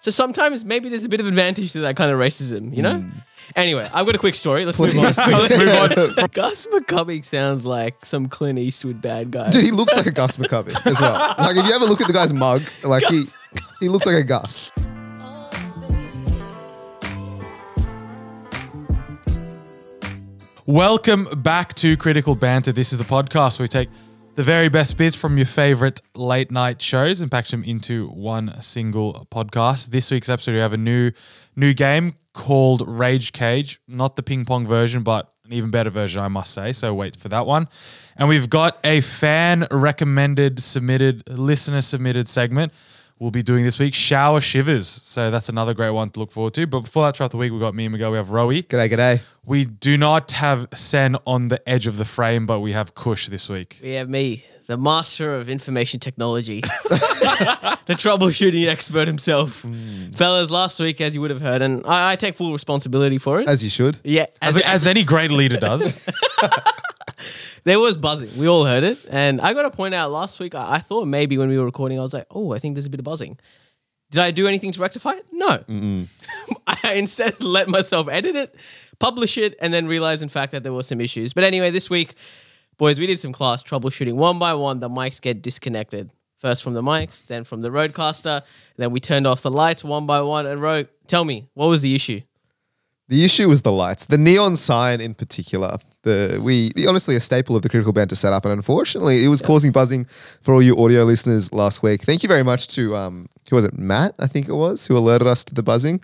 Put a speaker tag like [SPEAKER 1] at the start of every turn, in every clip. [SPEAKER 1] So sometimes maybe there's a bit of advantage to that kind of racism, you know? Anyway, I've got a quick story. Let's move on.
[SPEAKER 2] Hmm. Please.
[SPEAKER 1] Let's move on. Gus McCubbing sounds like some Clint Eastwood bad guy.
[SPEAKER 2] Dude, he looks like a Gus McCovey as well. Like if you ever look at the guy's mug, like he
[SPEAKER 1] Gus.
[SPEAKER 2] he looks like a Gus.
[SPEAKER 3] Welcome back to Critical Banter. This is the podcast where we take the very best bits from your favorite late night shows and package them into one single podcast. This week's episode, we have a new new game called Rage Cage, not the ping pong version, but an even better version, I must say. So wait for that one. And we've got a fan recommended, submitted, listener submitted segment. We'll be doing this week shower shivers. So that's another great one to look forward to. But before that, throughout the week, we've got me and Miguel. We have Rowie.
[SPEAKER 2] G'day, g'day.
[SPEAKER 3] We do not have Sen on the edge of the frame, but we have Kush this week.
[SPEAKER 1] We have me, the master of information technology, the troubleshooting expert himself.
[SPEAKER 2] Hmm.
[SPEAKER 1] Fellas, last week, as you would have heard, and I, I take full responsibility for it.
[SPEAKER 2] As you should.
[SPEAKER 1] yeah,
[SPEAKER 3] As,
[SPEAKER 1] as-
[SPEAKER 3] as any great leader does.
[SPEAKER 1] There was buzzing. We all heard it. And I got to point out last week, I, I thought maybe when we were recording, I was like, oh, I think there's a bit of buzzing. Did I do anything to rectify it? No. I instead let myself edit it, publish it, and then realize, in fact, that there were some issues. But anyway, this week, boys, we did some class troubleshooting. One by one, the mics get disconnected. First from the mics, then from the roadcaster, then we turned off the lights one by one. And Ro, tell me, what was the issue?
[SPEAKER 2] The issue was the lights, the neon sign in particular. The we the- honestly a staple of the critical banter setup, and unfortunately, it was causing buzzing for all you audio listeners last week. Thank you very much to um who was it Matt I think it was who alerted us to the buzzing,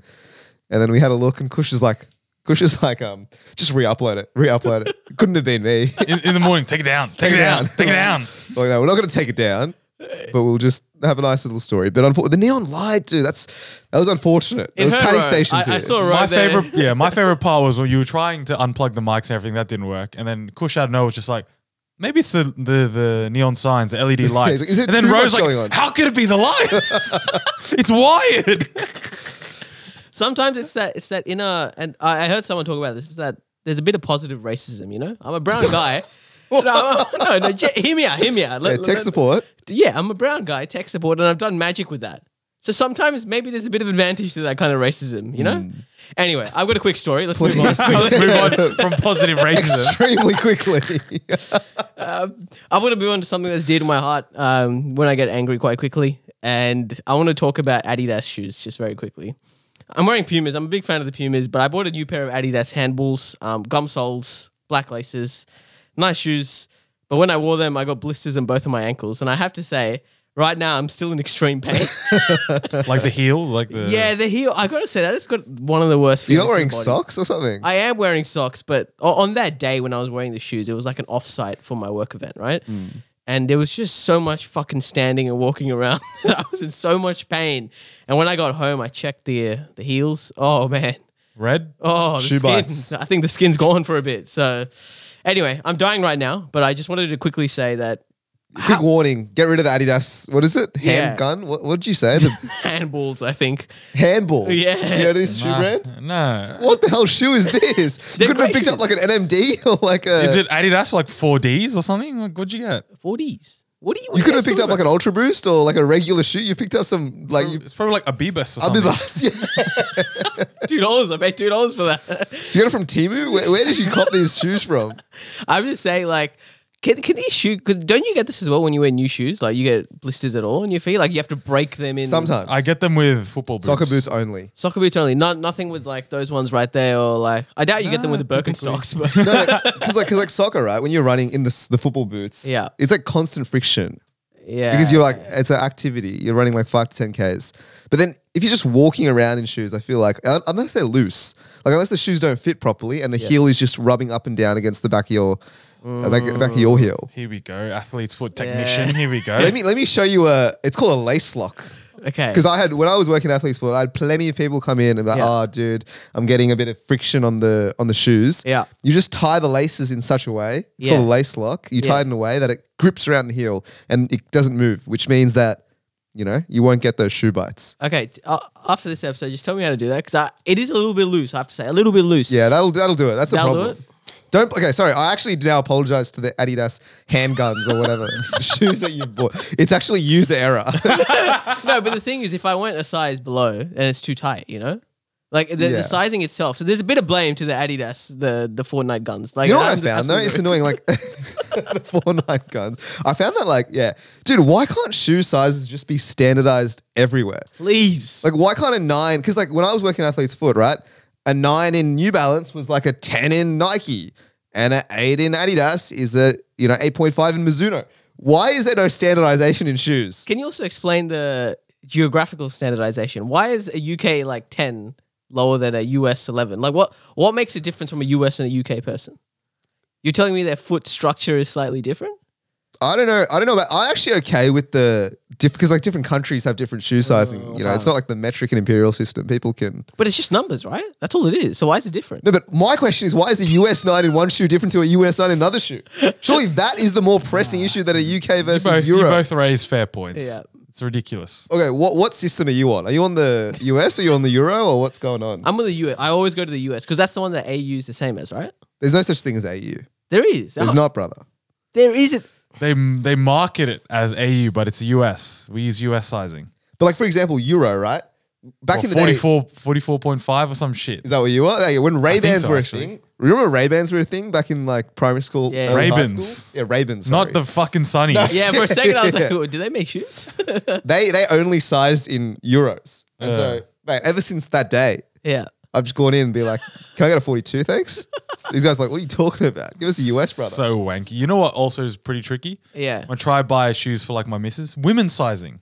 [SPEAKER 2] and then we had a look, and Kush is like Kush is like um just re-upload it, re-upload it. Couldn't have been me.
[SPEAKER 3] In, in the morning, take it down, take, it down, take it down.
[SPEAKER 2] well, no, we're not going to take it down, but we'll just have a nice little story. But unfor- the neon light, dude, that's that was unfortunate. It, was
[SPEAKER 1] hurt,
[SPEAKER 2] padding
[SPEAKER 1] Ro.
[SPEAKER 2] stations.
[SPEAKER 1] I, I
[SPEAKER 2] here.
[SPEAKER 1] saw Ro
[SPEAKER 3] My
[SPEAKER 1] there.
[SPEAKER 3] favorite, yeah, my favorite part was when you were trying to unplug the mics and everything that didn't work, and then Kush out of nowhere was just like, maybe it's the the, the neon signs, the LED lights,
[SPEAKER 2] like, "Is there
[SPEAKER 3] and then
[SPEAKER 2] too much
[SPEAKER 3] Rose like,
[SPEAKER 2] going on?"
[SPEAKER 3] how could it be the lights? it's wired.
[SPEAKER 1] sometimes it's that it's that inner and I, I heard someone talk about this is that there's a bit of positive racism you know i'm a brown guy no, no, no, j- hear me out, hear me out.
[SPEAKER 2] Yeah,
[SPEAKER 1] Let-
[SPEAKER 2] tech
[SPEAKER 1] let-
[SPEAKER 2] support.
[SPEAKER 1] yeah, I'm a brown guy, tech support, and I've done magic with that. So sometimes maybe there's a bit of advantage to that kind of racism, you know? Anyway, I've got a quick story. Let's move on.
[SPEAKER 2] Hmm. Please.
[SPEAKER 3] So let's move on from positive racism.
[SPEAKER 2] extremely quickly.
[SPEAKER 1] I want to move on to something that's dear to my heart um, when I get angry quite quickly. And I want to talk about Adidas shoes just very quickly. I'm wearing Pumas. I'm a big fan of the Pumas, but I bought a new pair of Adidas handballs, um, gum soles, black laces, nice shoes. But when I wore them, I got blisters on both of my ankles. And I have to say, right now, I'm still in extreme pain.
[SPEAKER 3] Like the heel, like the
[SPEAKER 1] yeah, the heel, I got to say, that has got one of the worst feelings.
[SPEAKER 2] You're not
[SPEAKER 1] in
[SPEAKER 2] wearing
[SPEAKER 1] the body.
[SPEAKER 2] socks or something.
[SPEAKER 1] I am wearing socks, but o- on that day when I was wearing the shoes, it was like an offsite for my work event, right?
[SPEAKER 2] Mm.
[SPEAKER 1] And there was just so much fucking standing and walking around that I was in so much pain. And when I got home, I checked the uh, the heels. Oh man,
[SPEAKER 3] red.
[SPEAKER 1] oh the
[SPEAKER 2] Shoe
[SPEAKER 1] skin.
[SPEAKER 2] bites.
[SPEAKER 1] I think the skin's gone for a bit. So anyway, I'm dying right now, but I just wanted to quickly say that
[SPEAKER 2] Quick warning: get rid of the Adidas. What is it?
[SPEAKER 1] Yeah.
[SPEAKER 2] Handgun? What, what did you say? The
[SPEAKER 1] handballs, I think,
[SPEAKER 2] handballs.
[SPEAKER 1] Yeah.
[SPEAKER 2] You heard of this shoe brand?
[SPEAKER 3] No.
[SPEAKER 2] What the hell shoe is this? You
[SPEAKER 1] They're
[SPEAKER 2] couldn't have picked
[SPEAKER 1] great
[SPEAKER 2] up like an NMD or like a.
[SPEAKER 3] Is it Adidas like four Ds or something? Like, what'd you get?
[SPEAKER 1] 40s. What do you?
[SPEAKER 2] you could have picked up like an Ultra Boost or like a regular shoe. You picked up some like. You,
[SPEAKER 3] It's probably like Abibus or
[SPEAKER 2] I'll be
[SPEAKER 3] something.
[SPEAKER 2] lost. Yeah.
[SPEAKER 1] two dollars. I paid two dollars for that.
[SPEAKER 2] Did you get it from Timu? Where, where did you cop these shoes from?
[SPEAKER 1] I'm just saying, like, can, can these shoes? Cause don't you get this as well when you wear new shoes? Like, you get blisters at all on your feet. Like, you have to break them in.
[SPEAKER 2] Sometimes
[SPEAKER 3] I get them with football boots.
[SPEAKER 2] soccer boots only.
[SPEAKER 1] Soccer boots only. Not nothing with like those ones right there, or like I doubt you get them with the
[SPEAKER 3] Nah, typically.
[SPEAKER 1] Birkenstocks. But
[SPEAKER 2] No, because like, 'cause like soccer, right? When you're running in the s- the football boots,
[SPEAKER 1] Yeah.
[SPEAKER 2] it's like constant friction.
[SPEAKER 1] yeah,
[SPEAKER 2] because you're like it's an activity. You're running like five to ten k's. But then if you're just walking around in shoes, I feel like un- unless they're loose, like unless the shoes don't fit properly and the heel is just rubbing up and down against the back of your uh, back, back of your
[SPEAKER 1] Mm.
[SPEAKER 2] heel.
[SPEAKER 3] Here we go. Athlete's foot technician.
[SPEAKER 1] Yeah.
[SPEAKER 3] Here we go.
[SPEAKER 2] Let me let me show you a. It's called a lace lock.
[SPEAKER 1] okay.
[SPEAKER 2] Because I had when I was working at athletes foot, I had plenty of people come in and be like,
[SPEAKER 1] Yeah.
[SPEAKER 2] oh dude, I'm getting a bit of friction on the on the shoes.
[SPEAKER 1] Yeah.
[SPEAKER 2] You just tie the laces in such a way, it's
[SPEAKER 1] Yeah.
[SPEAKER 2] called a lace lock. You tie
[SPEAKER 1] Yeah.
[SPEAKER 2] it in a way that it grips around the heel and it doesn't move, which means that, you know, you won't get those shoe bites.
[SPEAKER 1] Okay, t- uh, after this episode, just tell me how to do that because it is a little bit loose. I have to say, a little bit loose.
[SPEAKER 2] Yeah, that'll that'll do it. That's the
[SPEAKER 1] That'll do
[SPEAKER 2] problem.
[SPEAKER 1] it?
[SPEAKER 2] Don't okay. Sorry, I actually now apologize to the Adidas handguns or whatever shoes that you bought. It's actually user error.
[SPEAKER 1] no, but the thing is, if I went a size below and it's too tight, you know, like the,
[SPEAKER 2] Yeah.
[SPEAKER 1] the sizing itself. So there's a bit of blame to the Adidas, the the Fortnite guns. Like
[SPEAKER 2] You know what I
[SPEAKER 1] I'm
[SPEAKER 2] found though?
[SPEAKER 1] absolutely-
[SPEAKER 2] It's annoying. Like the Fortnite guns. I found that like yeah, dude. Why can't shoe sizes just be standardized everywhere?
[SPEAKER 1] please.
[SPEAKER 2] Like why can't a nine? Because like when I was working at Athlete's Foot, right, a nine in New Balance was like a ten in Nike, and an eight in Adidas is a you know eight point five in Mizuno. Why is there no standardization in shoes?
[SPEAKER 1] Can you also explain the geographical standardization? Why is a UK like ten lower than a US eleven? Like what what makes a difference from a US and a UK person? You're telling me their foot structure is slightly different?
[SPEAKER 2] I don't know. I don't know about. I'm actually okay with the diff because like different countries have different shoe sizing. you know, it's not like the metric and imperial system. People can.
[SPEAKER 1] But it's just numbers, right? That's all it is. So why is it different?
[SPEAKER 2] No, but my question is, why is a US nine in one shoe different to a US nine in another shoe? Surely that is the more pressing issue than a UK versus
[SPEAKER 3] both, you
[SPEAKER 2] Europe.
[SPEAKER 3] both raise fair points.
[SPEAKER 1] Yeah.
[SPEAKER 3] It's ridiculous.
[SPEAKER 2] Okay, what what system are you on? Are you on the US? Are you on the Euro? Or what's going on?
[SPEAKER 3] Um,
[SPEAKER 1] I'm with the US. I always go to the US because that's the one that AU is the same as, right?
[SPEAKER 2] There's no such thing as AU.
[SPEAKER 1] There is.
[SPEAKER 2] There's
[SPEAKER 1] Oh,
[SPEAKER 2] not, brother.
[SPEAKER 1] There isn't.
[SPEAKER 3] They they market it as AU, but it's US. We use US sizing.
[SPEAKER 2] But like for example, Euro, right? Back
[SPEAKER 3] Or
[SPEAKER 2] in the day,
[SPEAKER 3] 44, 44.5 or some shit.
[SPEAKER 2] Is that what you are? Like, when Ray Bans
[SPEAKER 3] so,
[SPEAKER 2] were a
[SPEAKER 3] actually.
[SPEAKER 2] thing. Remember Ray Bans were a thing back in like primary school?
[SPEAKER 1] Yeah.
[SPEAKER 2] early high
[SPEAKER 3] Ray-Bans.
[SPEAKER 2] school? Yeah, Ray Bans.
[SPEAKER 3] Not the fucking sunnies.
[SPEAKER 1] Yeah, for a second I was like,
[SPEAKER 2] Yeah.
[SPEAKER 1] "Oh, do they make shoes?
[SPEAKER 2] they they only sized in euros. And so, mate, ever since that day,
[SPEAKER 1] yeah.
[SPEAKER 2] I've just gone in and be like, "Can I get a forty-two, thanks?" These guys are like, "What are you talking about? Give us a US, brother."
[SPEAKER 3] So wanky. You know what also is pretty tricky?
[SPEAKER 1] Yeah.
[SPEAKER 3] When I try buy shoes for like my missus, women's sizing.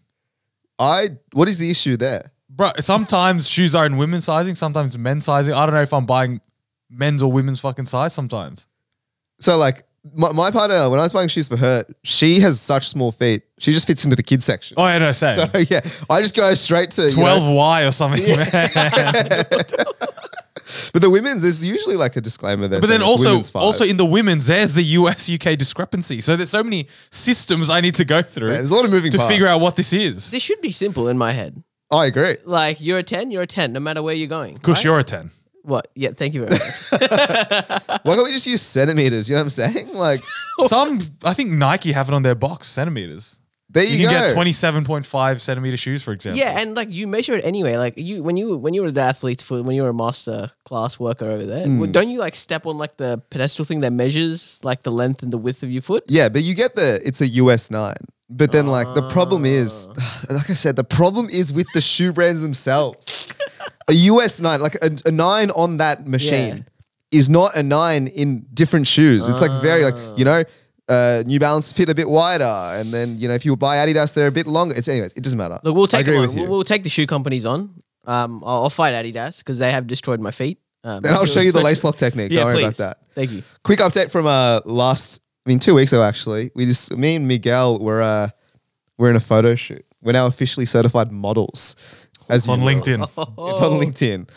[SPEAKER 2] I. What is the issue there?
[SPEAKER 3] Bro, sometimes shoes are in women's sizing, sometimes men's sizing. I don't know if I'm buying men's or women's fucking size sometimes.
[SPEAKER 2] So like. My, my partner, when I was buying shoes for her, she has such small feet. She just fits into the kids section.
[SPEAKER 3] Oh, yeah, no, same.
[SPEAKER 2] So yeah, I just go straight to you know,
[SPEAKER 3] 12Y or something. man.
[SPEAKER 2] but the women's, there's usually like a disclaimer there.
[SPEAKER 3] But
[SPEAKER 2] saying
[SPEAKER 3] then
[SPEAKER 2] it's
[SPEAKER 3] also,
[SPEAKER 2] women's five.
[SPEAKER 3] also in the women's, there's the US UK discrepancy. So there's so many systems I need to go through
[SPEAKER 2] Yeah, there's a lot of moving
[SPEAKER 3] to
[SPEAKER 2] parts.
[SPEAKER 3] figure out what this is.
[SPEAKER 1] This should be simple in my head.
[SPEAKER 2] I agree.
[SPEAKER 1] Like you're a ten, you're a ten, no matter where you're going.
[SPEAKER 3] Kush, you're a 10.
[SPEAKER 1] What? Yeah, thank you very much.
[SPEAKER 2] Why can't we just use centimeters? You know what I'm saying? Like
[SPEAKER 3] Some, I think Nike have it on their box, centimeters.
[SPEAKER 2] there you,
[SPEAKER 3] You
[SPEAKER 2] go.
[SPEAKER 3] can get 27.5 centimeter shoes, for example.
[SPEAKER 1] yeah, and like you measure it anyway. Like you when you when you were the athletes for when you were a master class worker over there,
[SPEAKER 2] Hmm.
[SPEAKER 1] well, don't you like step on like the pedestal thing that measures like the length and the width of your foot?
[SPEAKER 2] Yeah, but you get the it's a US nine. But then like the problem is
[SPEAKER 1] Ah.
[SPEAKER 2] like I said, the problem is with the shoe brands themselves. a US nine, like a, a nine on that machine is not a nine in different shoes. It's like very like, you know, uh, New Balance fit a bit wider, and then you know if you buy Adidas, they're a bit longer. It's anyways, it doesn't matter.
[SPEAKER 1] Look, we'll
[SPEAKER 2] I
[SPEAKER 1] take
[SPEAKER 2] agree
[SPEAKER 1] them on.
[SPEAKER 2] with you,
[SPEAKER 1] We'll, we'll take the shoe companies on. Um, I'll, I'll fight Adidas because they have destroyed my feet. Um,
[SPEAKER 2] and I'll show you the lace lock technique.
[SPEAKER 1] Yeah,
[SPEAKER 2] Don't worry
[SPEAKER 1] please.
[SPEAKER 2] about that.
[SPEAKER 1] Thank you.
[SPEAKER 2] quick update from uh last I mean two weeks ago actually. We just me and Miguel were uh we're in a photo shoot. We're now officially certified models. As
[SPEAKER 3] It's on
[SPEAKER 2] you know.
[SPEAKER 3] LinkedIn.
[SPEAKER 2] It's on LinkedIn.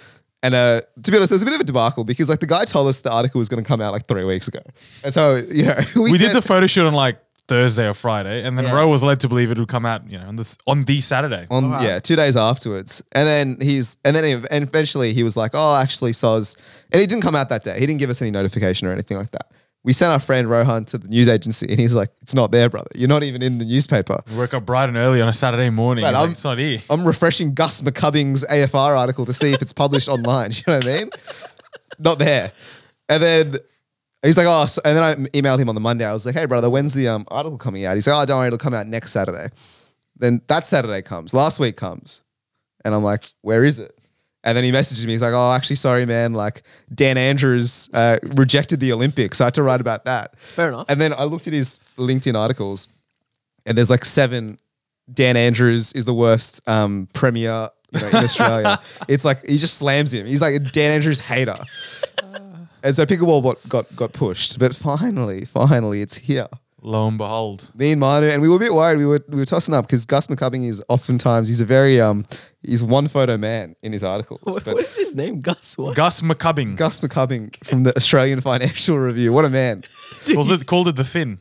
[SPEAKER 2] And uh, to be honest, there's a bit of a debacle because like the guy told us the article was going to come out like three weeks ago, and so you know we,
[SPEAKER 3] we
[SPEAKER 2] said,
[SPEAKER 3] did the photo shoot on like Thursday or Friday, and then
[SPEAKER 1] Yeah.
[SPEAKER 3] Roe was led to believe it would come out, you know, on this on the Saturday.
[SPEAKER 2] on yeah two days afterwards and then he's and then ev- and eventually he was like oh actually soz and he didn't come out that day he didn't give us any notification or anything like that we sent our friend rohan to the news agency and he's like it's not there brother you're not even in the newspaper
[SPEAKER 3] We woke up bright and early on a Saturday morning.
[SPEAKER 2] Man,
[SPEAKER 3] He's like,
[SPEAKER 2] I'm-
[SPEAKER 3] it's not here.
[SPEAKER 2] i'm refreshing gus mccubbing's afr article to see if it's published online you know what i mean not there and then he's like oh so, and then i emailed him on the monday i was like hey brother when's the um, article coming out he's like oh don't worry it'll come out next saturday then that saturday comes last week comes And I'm like, where is it? And then he messages me. He's like, oh, actually, sorry, man. Like, Dan Andrews uh, rejected the Olympics. I had to write about that.
[SPEAKER 1] Fair enough.
[SPEAKER 2] And then I looked at his LinkedIn articles, and there's like seven Dan Andrews is the worst um, premier you know, in Australia. it's like, he just slams him. He's like a Dan Andrews hater. and so pickleball got, got, got pushed. But finally, finally, it's here
[SPEAKER 3] Lo and behold.
[SPEAKER 2] me and Manu, and we were a bit worried. We were we were tossing up because Gus McCubbing is oftentimes he's a very um he's one photo man in his articles.
[SPEAKER 1] What-
[SPEAKER 2] But
[SPEAKER 1] what is his name? Gus? What?
[SPEAKER 3] Gus McCubbing.
[SPEAKER 2] Gus McCubbing from the Australian Financial Review, what a man!
[SPEAKER 3] Calls it, called it the Finn.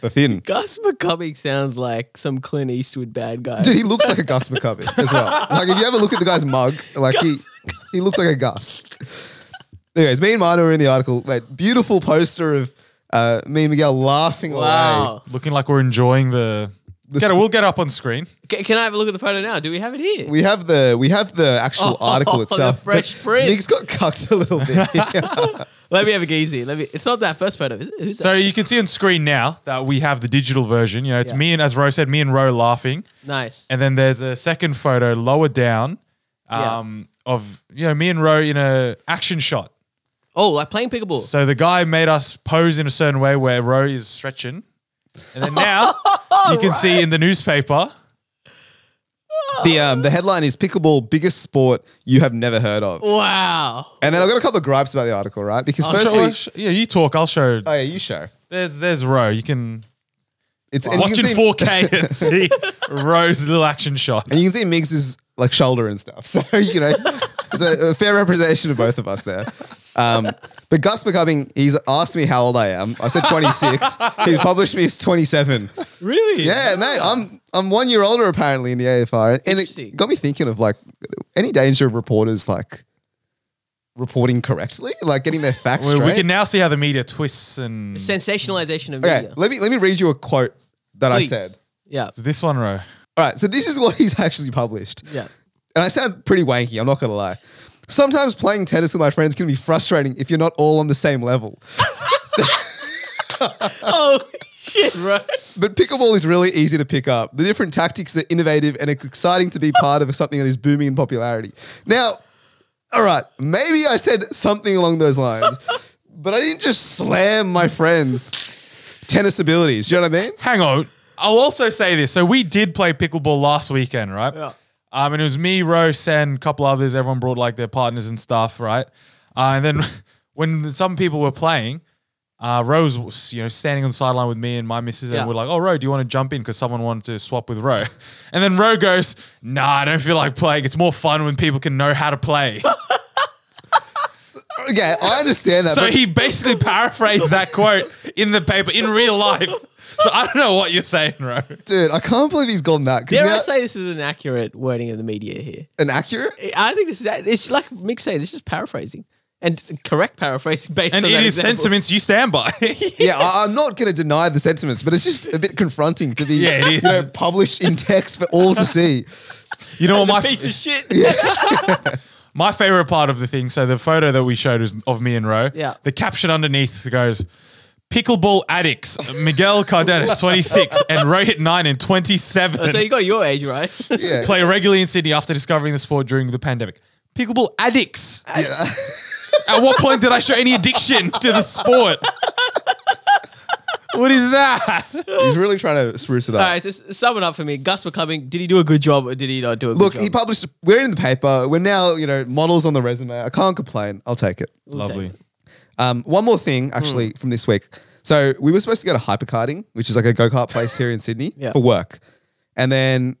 [SPEAKER 2] The Finn,
[SPEAKER 1] Gus McCubbing sounds like some Clint Eastwood bad guy.
[SPEAKER 2] dude, he looks like a Gus McCubbing as well. Like if you ever look at the guy's mug, like he he looks like a Gus. Anyways, me and Manu are in the article. Wait, beautiful poster of uh, me and Miguel laughing away.
[SPEAKER 1] Wow.
[SPEAKER 3] Looking like we're enjoying the.
[SPEAKER 2] The
[SPEAKER 3] Get it,
[SPEAKER 2] sp-
[SPEAKER 3] we'll get up on screen.
[SPEAKER 1] C- can I have a look at the photo now? Do we have it here?
[SPEAKER 2] We have the we have the actual
[SPEAKER 1] Oh,
[SPEAKER 2] article
[SPEAKER 1] the
[SPEAKER 2] itself. but
[SPEAKER 1] fresh print.
[SPEAKER 2] Nick's got cucked a little bit.
[SPEAKER 1] Let me have a geezy. Let me. It's not that first photo. Is it? Who's
[SPEAKER 3] So you can see on screen now that we have the digital version. You know, it's
[SPEAKER 1] Yeah.
[SPEAKER 3] me and as Ro said, me and Ro laughing,
[SPEAKER 1] that? Nice.
[SPEAKER 3] and then there's a second photo lower down,
[SPEAKER 1] Yeah.
[SPEAKER 3] um, of you know me and Ro in a action shot.
[SPEAKER 1] oh, like playing pickleball.
[SPEAKER 3] So the guy made us pose in a certain way where Ro is stretching, and then now you can see in the newspaper.
[SPEAKER 2] the um, the headline is pickleball biggest sport you have never heard of.
[SPEAKER 1] wow.
[SPEAKER 2] And then I've got a couple of gripes about the article, right? Because
[SPEAKER 3] I'll show- I'll
[SPEAKER 2] firstly,
[SPEAKER 3] sh- yeah, you talk. I'll show.
[SPEAKER 2] oh yeah, you show.
[SPEAKER 3] There's there's Ro. You can
[SPEAKER 2] It's and you
[SPEAKER 3] watch
[SPEAKER 2] can
[SPEAKER 3] in
[SPEAKER 2] see-
[SPEAKER 3] 4K and see Ro's little action shot.
[SPEAKER 2] and you can see Migs is like shoulder and stuff. So you know, it's a, a fair representation of both of us there. Um, but Gus McCubbing, he's asked me how old I am. I said 26. he published me as 27.
[SPEAKER 1] Really?
[SPEAKER 2] Yeah, mate, I'm I'm one year older apparently in the AFR, and
[SPEAKER 1] Interesting.
[SPEAKER 2] it got me thinking of like any danger of reporters like reporting correctly, like getting their facts
[SPEAKER 3] We,
[SPEAKER 2] straight.
[SPEAKER 3] we can now see how the media twists and
[SPEAKER 1] Sensationalization of
[SPEAKER 2] okay,
[SPEAKER 1] media.
[SPEAKER 2] let me let me read you a quote that I
[SPEAKER 1] Please.
[SPEAKER 2] said.
[SPEAKER 1] Yeah.
[SPEAKER 3] this one, Ro.
[SPEAKER 2] All right, so this is what he's actually published.
[SPEAKER 1] Yeah.
[SPEAKER 2] and I sound pretty wanky, I'm not gonna lie. Sometimes playing tennis with my friends can be frustrating if you're not all on the same level.
[SPEAKER 1] Oh shit, bro.
[SPEAKER 2] But pickleball is really easy to pick up. The different tactics are innovative and it's exciting to be part of something that is booming in popularity. Now, all right, maybe I said something along those lines, but I didn't just slam my friends' tennis abilities. Do you know what I mean?
[SPEAKER 3] Hang on. I'll also say this. So we did play pickleball last weekend, right?
[SPEAKER 1] Yeah.
[SPEAKER 3] Um, and it was me, Ro, Sen, a couple others. Everyone brought like their partners and stuff, right? Uh, and then when some people were playing, uh, Rose was you know standing on the sideline with me and my missus, and
[SPEAKER 1] Yeah.
[SPEAKER 3] we're like, "Oh, Ro, do you want to jump in?" Because someone wanted to swap with Ro, and then Ro goes, "Nah, I don't feel like playing. It's more fun when people can know how to play."
[SPEAKER 2] Okay, I understand that.
[SPEAKER 3] So
[SPEAKER 2] but
[SPEAKER 3] he basically paraphrased that quote in the paper in real life. So I don't know what you're saying, Ro.
[SPEAKER 2] dude, I can't believe he's gone that.
[SPEAKER 1] Dare I
[SPEAKER 2] Because
[SPEAKER 1] say this is an accurate wording of the media here?
[SPEAKER 2] inaccurate?
[SPEAKER 1] I think this is it's like Mick says, it's just paraphrasing and correct paraphrasing based
[SPEAKER 3] And
[SPEAKER 1] on
[SPEAKER 3] it
[SPEAKER 1] that
[SPEAKER 3] is
[SPEAKER 1] example.
[SPEAKER 3] sentiments you stand by.
[SPEAKER 2] yeah, I, I'm not going to deny the sentiments, but it's just a bit confronting to be
[SPEAKER 3] Yeah, it
[SPEAKER 2] you
[SPEAKER 3] is.
[SPEAKER 2] know, published in text for all to see.
[SPEAKER 3] you know what
[SPEAKER 1] It's a
[SPEAKER 3] my
[SPEAKER 1] piece of shit.
[SPEAKER 3] my favorite part of the thing. So the photo that we showed was of me and Ro.
[SPEAKER 1] Yeah.
[SPEAKER 3] The caption underneath goes. Pickleball addicts, Miguel Cardenas, 26, and Ro hit 9 in 27.
[SPEAKER 1] So you got your age right.
[SPEAKER 2] Yeah.
[SPEAKER 3] play regularly in Sydney after discovering the sport during the pandemic. Pickleball addicts. At what point did I show any addiction to the sport? What is that?
[SPEAKER 2] He's really trying to spruce it up.
[SPEAKER 1] All right, so s- sum it up for me. Gus McCubbing, did he do a good job or did he not do a good
[SPEAKER 2] Look,
[SPEAKER 1] job?
[SPEAKER 2] he published. We're in the paper. We're now, you know, models on the resume. I can't complain. I'll take it.
[SPEAKER 1] We'll take it.
[SPEAKER 2] Um, one more thing, actually, from this week. So we were supposed to go to Hyperkarting, which is like a go kart place here in Sydney,
[SPEAKER 1] Yeah.
[SPEAKER 2] for work. And then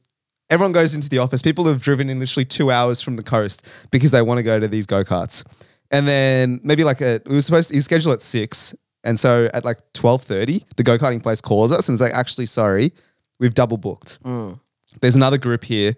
[SPEAKER 2] everyone goes into the office. People have driven in literally two hours from the coast because they want to go to these go karts. And then maybe like a, we were supposed to, he was scheduled at six, and so at like twelve thirty, the go karting place calls us and is like, actually, sorry, we've double booked. There's another group here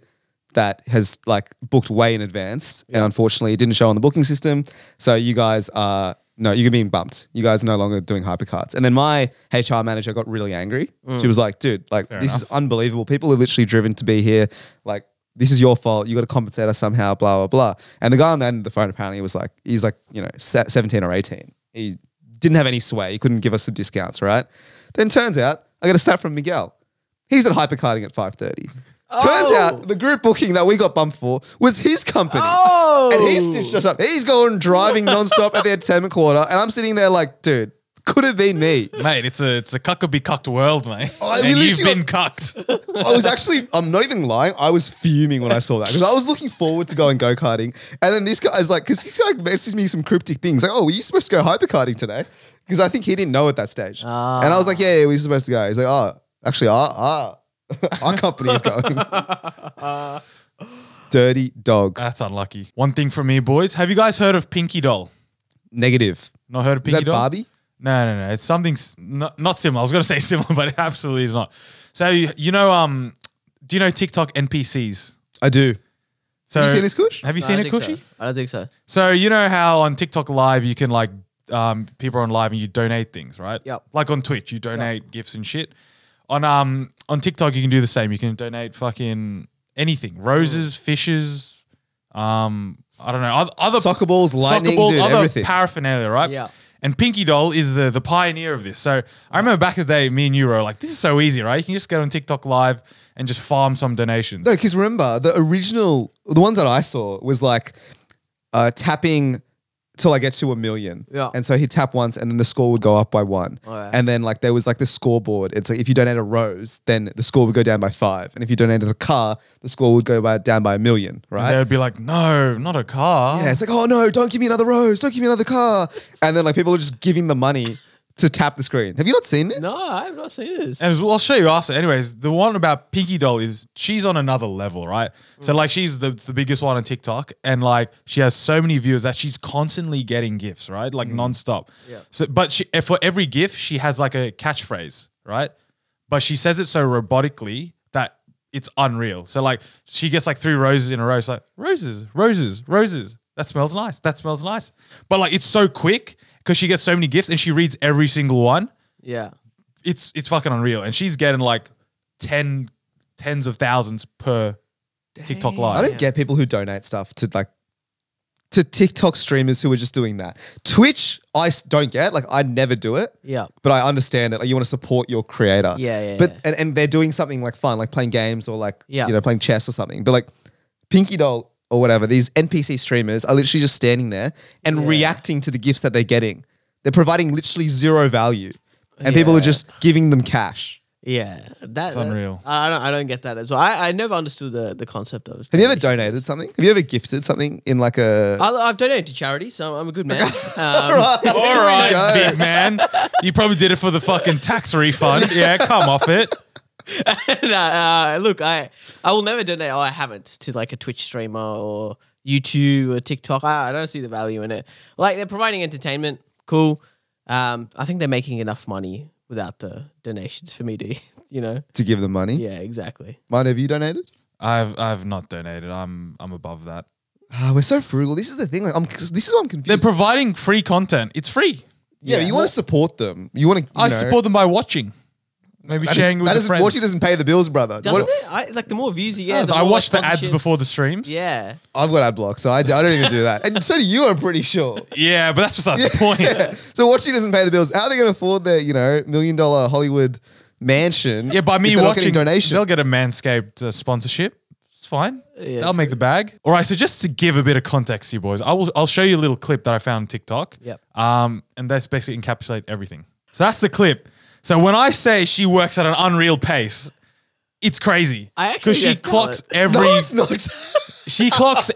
[SPEAKER 2] that has like booked way in advance, and unfortunately, it didn't show on the booking system. So you guys are no, you're being bumped. You guys are no longer doing hypercards. And then my HR manager got really angry. She was like, "Dude, like this is unbelievable. People are literally driven to be here. Like this is your fault. You got to compensate us somehow. Blah blah blah." And the guy on the end of the phone apparently was like, he's like, you know, se- seventeen or eighteen. He didn't have any sway. He couldn't give us some discounts, right? Then turns out I got a stat from Miguel. He's at hypercarding at 5.30. Turns
[SPEAKER 1] Oh.
[SPEAKER 2] out the group booking that we got bumped for was his company.
[SPEAKER 1] Oh!
[SPEAKER 2] And he stitched us up. He's going driving nonstop at the entertainment quarter. And I'm sitting there like, dude, could have been me.
[SPEAKER 3] Mate, it's a it's a cuck be cucked world, mate.
[SPEAKER 2] I
[SPEAKER 3] and
[SPEAKER 2] really
[SPEAKER 3] you've
[SPEAKER 2] should-
[SPEAKER 3] been cucked.
[SPEAKER 2] I was actually, I'm not even lying. I was fuming when I saw that because I was looking forward to going go karting. And then this guy's like, because he's like messaged me some cryptic things like, oh, were you supposed to go hypercarding today? Because I think he didn't know at that stage. And I was like, yeah, yeah, we were supposed to go. He's like, oh, actually, our, our, our company is going. Dirty dog.
[SPEAKER 3] That's unlucky. One thing from me, boys. Have you guys heard of Pinky Doll?
[SPEAKER 2] Negative.
[SPEAKER 3] Not heard of
[SPEAKER 2] Is
[SPEAKER 3] Pinky
[SPEAKER 2] that
[SPEAKER 3] Doll?
[SPEAKER 2] Barbie?
[SPEAKER 3] No, no, no. It's something s- not, not similar. I was going to say similar, but it absolutely is not. So you, you know, um, do you know TikTok NPCs?
[SPEAKER 2] I do.
[SPEAKER 3] So
[SPEAKER 2] Have you seen this, Kush?
[SPEAKER 3] Have you
[SPEAKER 1] No,
[SPEAKER 3] seen
[SPEAKER 1] I
[SPEAKER 3] it,
[SPEAKER 1] don't think
[SPEAKER 3] Cushy?
[SPEAKER 1] so. I don't think so.
[SPEAKER 3] So you know how on TikTok Live you can like um, people are on live and you donate things, right?
[SPEAKER 1] Yep.
[SPEAKER 3] Like on Twitch, you donate gifts and shit. On um on TikTok, you can do the same. You can donate fucking anything, roses, fishes, um I don't know oth- other
[SPEAKER 2] Soccer balls, lightning,
[SPEAKER 3] balls,
[SPEAKER 2] dude,
[SPEAKER 3] other
[SPEAKER 2] everything.
[SPEAKER 3] paraphernalia, right?
[SPEAKER 1] Yeah.
[SPEAKER 3] And Pinky Doll is the the pioneer of this. So I remember back in the day, me and you were like, "This is so easy, right? You can just go on TikTok Live and just farm some donations."
[SPEAKER 2] No, because remember the original, the ones that I saw was like uh, tapping till I get to a million.
[SPEAKER 1] Yeah. Oh,
[SPEAKER 2] And so he'd tap once, and then the score would go up by one.
[SPEAKER 1] Alright.
[SPEAKER 2] And then like there was like the scoreboard. It's like if you donate a rose, then the score would go down by five, and if you donated a car, the score would go by down by a million,
[SPEAKER 3] They
[SPEAKER 2] right?
[SPEAKER 3] would be like, "No, not a car."
[SPEAKER 2] yeah, it's like oh no, don't give me another rose, don't give me another car, and then like people are just giving the money to tap the screen. Have you not seen this?
[SPEAKER 1] No, I've Oh, not seen this.
[SPEAKER 3] And as well, I'll show you after. Anyways, the one about Pinky Doll is she's on another level, right? So like she's the, the biggest one on TikTok, and like she has so many viewers that she's constantly getting gifts, right? Like nonstop.
[SPEAKER 1] Yeah.
[SPEAKER 3] So, but she eh, for every gift she has like a catchphrase, right? But she says it so robotically that it's unreal. So like she gets like three roses in a row. It's like roses, roses, roses. That smells nice. That smells nice. But like it's so quick because she gets so many gifts and she reads every single one
[SPEAKER 1] Yeah.
[SPEAKER 3] it's it's fucking unreal. And she's getting like 10 tens of thousands per TikTok live.
[SPEAKER 2] I don't get people who donate stuff to like to TikTok streamers who are just doing that. Twitch, I s- don't get. Like, I never do it.
[SPEAKER 1] Yeah.
[SPEAKER 2] But I understand it. Like, you want to support your creator.
[SPEAKER 1] Yeah, yeah,
[SPEAKER 2] But
[SPEAKER 1] yeah.
[SPEAKER 2] and and they're doing something like fun, like playing games or like
[SPEAKER 1] Yeah.
[SPEAKER 2] you know playing chess or something. But like Pinky Doll or whatever, these NPC streamers are literally just standing there and reacting to the gifts that they're getting. They're providing literally zero value, and people are
[SPEAKER 1] Yeah.
[SPEAKER 2] just giving them cash.
[SPEAKER 1] Yeah. That's
[SPEAKER 3] unreal.
[SPEAKER 1] I, I don't I don't get that as well. I, I never understood the, the concept of
[SPEAKER 2] Have you ever donated something? Have you ever gifted something in like a?
[SPEAKER 1] I, I've donated to charity, so I'm a good man. Um,
[SPEAKER 2] All
[SPEAKER 3] All right, big man. You probably did it for the fucking tax refund. Yeah, come off it.
[SPEAKER 1] no, uh, look, I I will never donate. Oh, I haven't to like a Twitch streamer or YouTube or TikTok. I, I don't see the value in it. Like they're providing entertainment, cool. Um, I think they're making enough money without the donations for me to, you know.
[SPEAKER 2] to give them money.
[SPEAKER 1] Yeah, exactly.
[SPEAKER 2] Mine, have you donated?
[SPEAKER 3] I've I've not donated. I'm I'm above that.
[SPEAKER 2] Ah, we're so frugal. This is the thing. Like, I'm. This is what I'm
[SPEAKER 3] They're
[SPEAKER 2] confused.
[SPEAKER 3] providing free content. It's free.
[SPEAKER 2] yeah, but you want to support them. You want to.
[SPEAKER 3] I support them by watching. Maybe
[SPEAKER 2] That,
[SPEAKER 3] sharing
[SPEAKER 2] is, that
[SPEAKER 3] with your
[SPEAKER 2] doesn't.
[SPEAKER 3] friends.
[SPEAKER 2] Watching doesn't pay the bills, brother.
[SPEAKER 1] Doesn't
[SPEAKER 2] What-
[SPEAKER 1] it? I, like the more views you
[SPEAKER 3] Yes,
[SPEAKER 1] get,
[SPEAKER 3] I
[SPEAKER 1] more, like,
[SPEAKER 3] watch the ads
[SPEAKER 1] sponsorships-
[SPEAKER 3] before the streams.
[SPEAKER 1] Yeah,
[SPEAKER 2] I've got ad block, so I, I don't even do that. And so do you. I'm pretty sure.
[SPEAKER 3] Yeah, but that's besides the point.
[SPEAKER 2] So watching doesn't pay the bills. How are they going to afford their, you know, million dollar Hollywood mansion?
[SPEAKER 3] Yeah, by
[SPEAKER 2] if
[SPEAKER 3] me
[SPEAKER 2] they're not getting
[SPEAKER 3] watching,
[SPEAKER 2] donation.
[SPEAKER 3] they'll get a Manscaped uh, sponsorship. It's fine.
[SPEAKER 1] Yeah,
[SPEAKER 3] they'll make the bag. All right. So just to give a bit of context, to you boys, I will. I'll show you a little clip that I found on TikTok.
[SPEAKER 1] Yep.
[SPEAKER 3] Um, and that's basically encapsulate everything. So that's the clip. So when I say she works at an unreal pace, it's crazy.
[SPEAKER 1] I actually
[SPEAKER 3] she
[SPEAKER 1] just got
[SPEAKER 3] clocks
[SPEAKER 1] it.
[SPEAKER 3] every.
[SPEAKER 2] no, it's not.
[SPEAKER 3] She clocks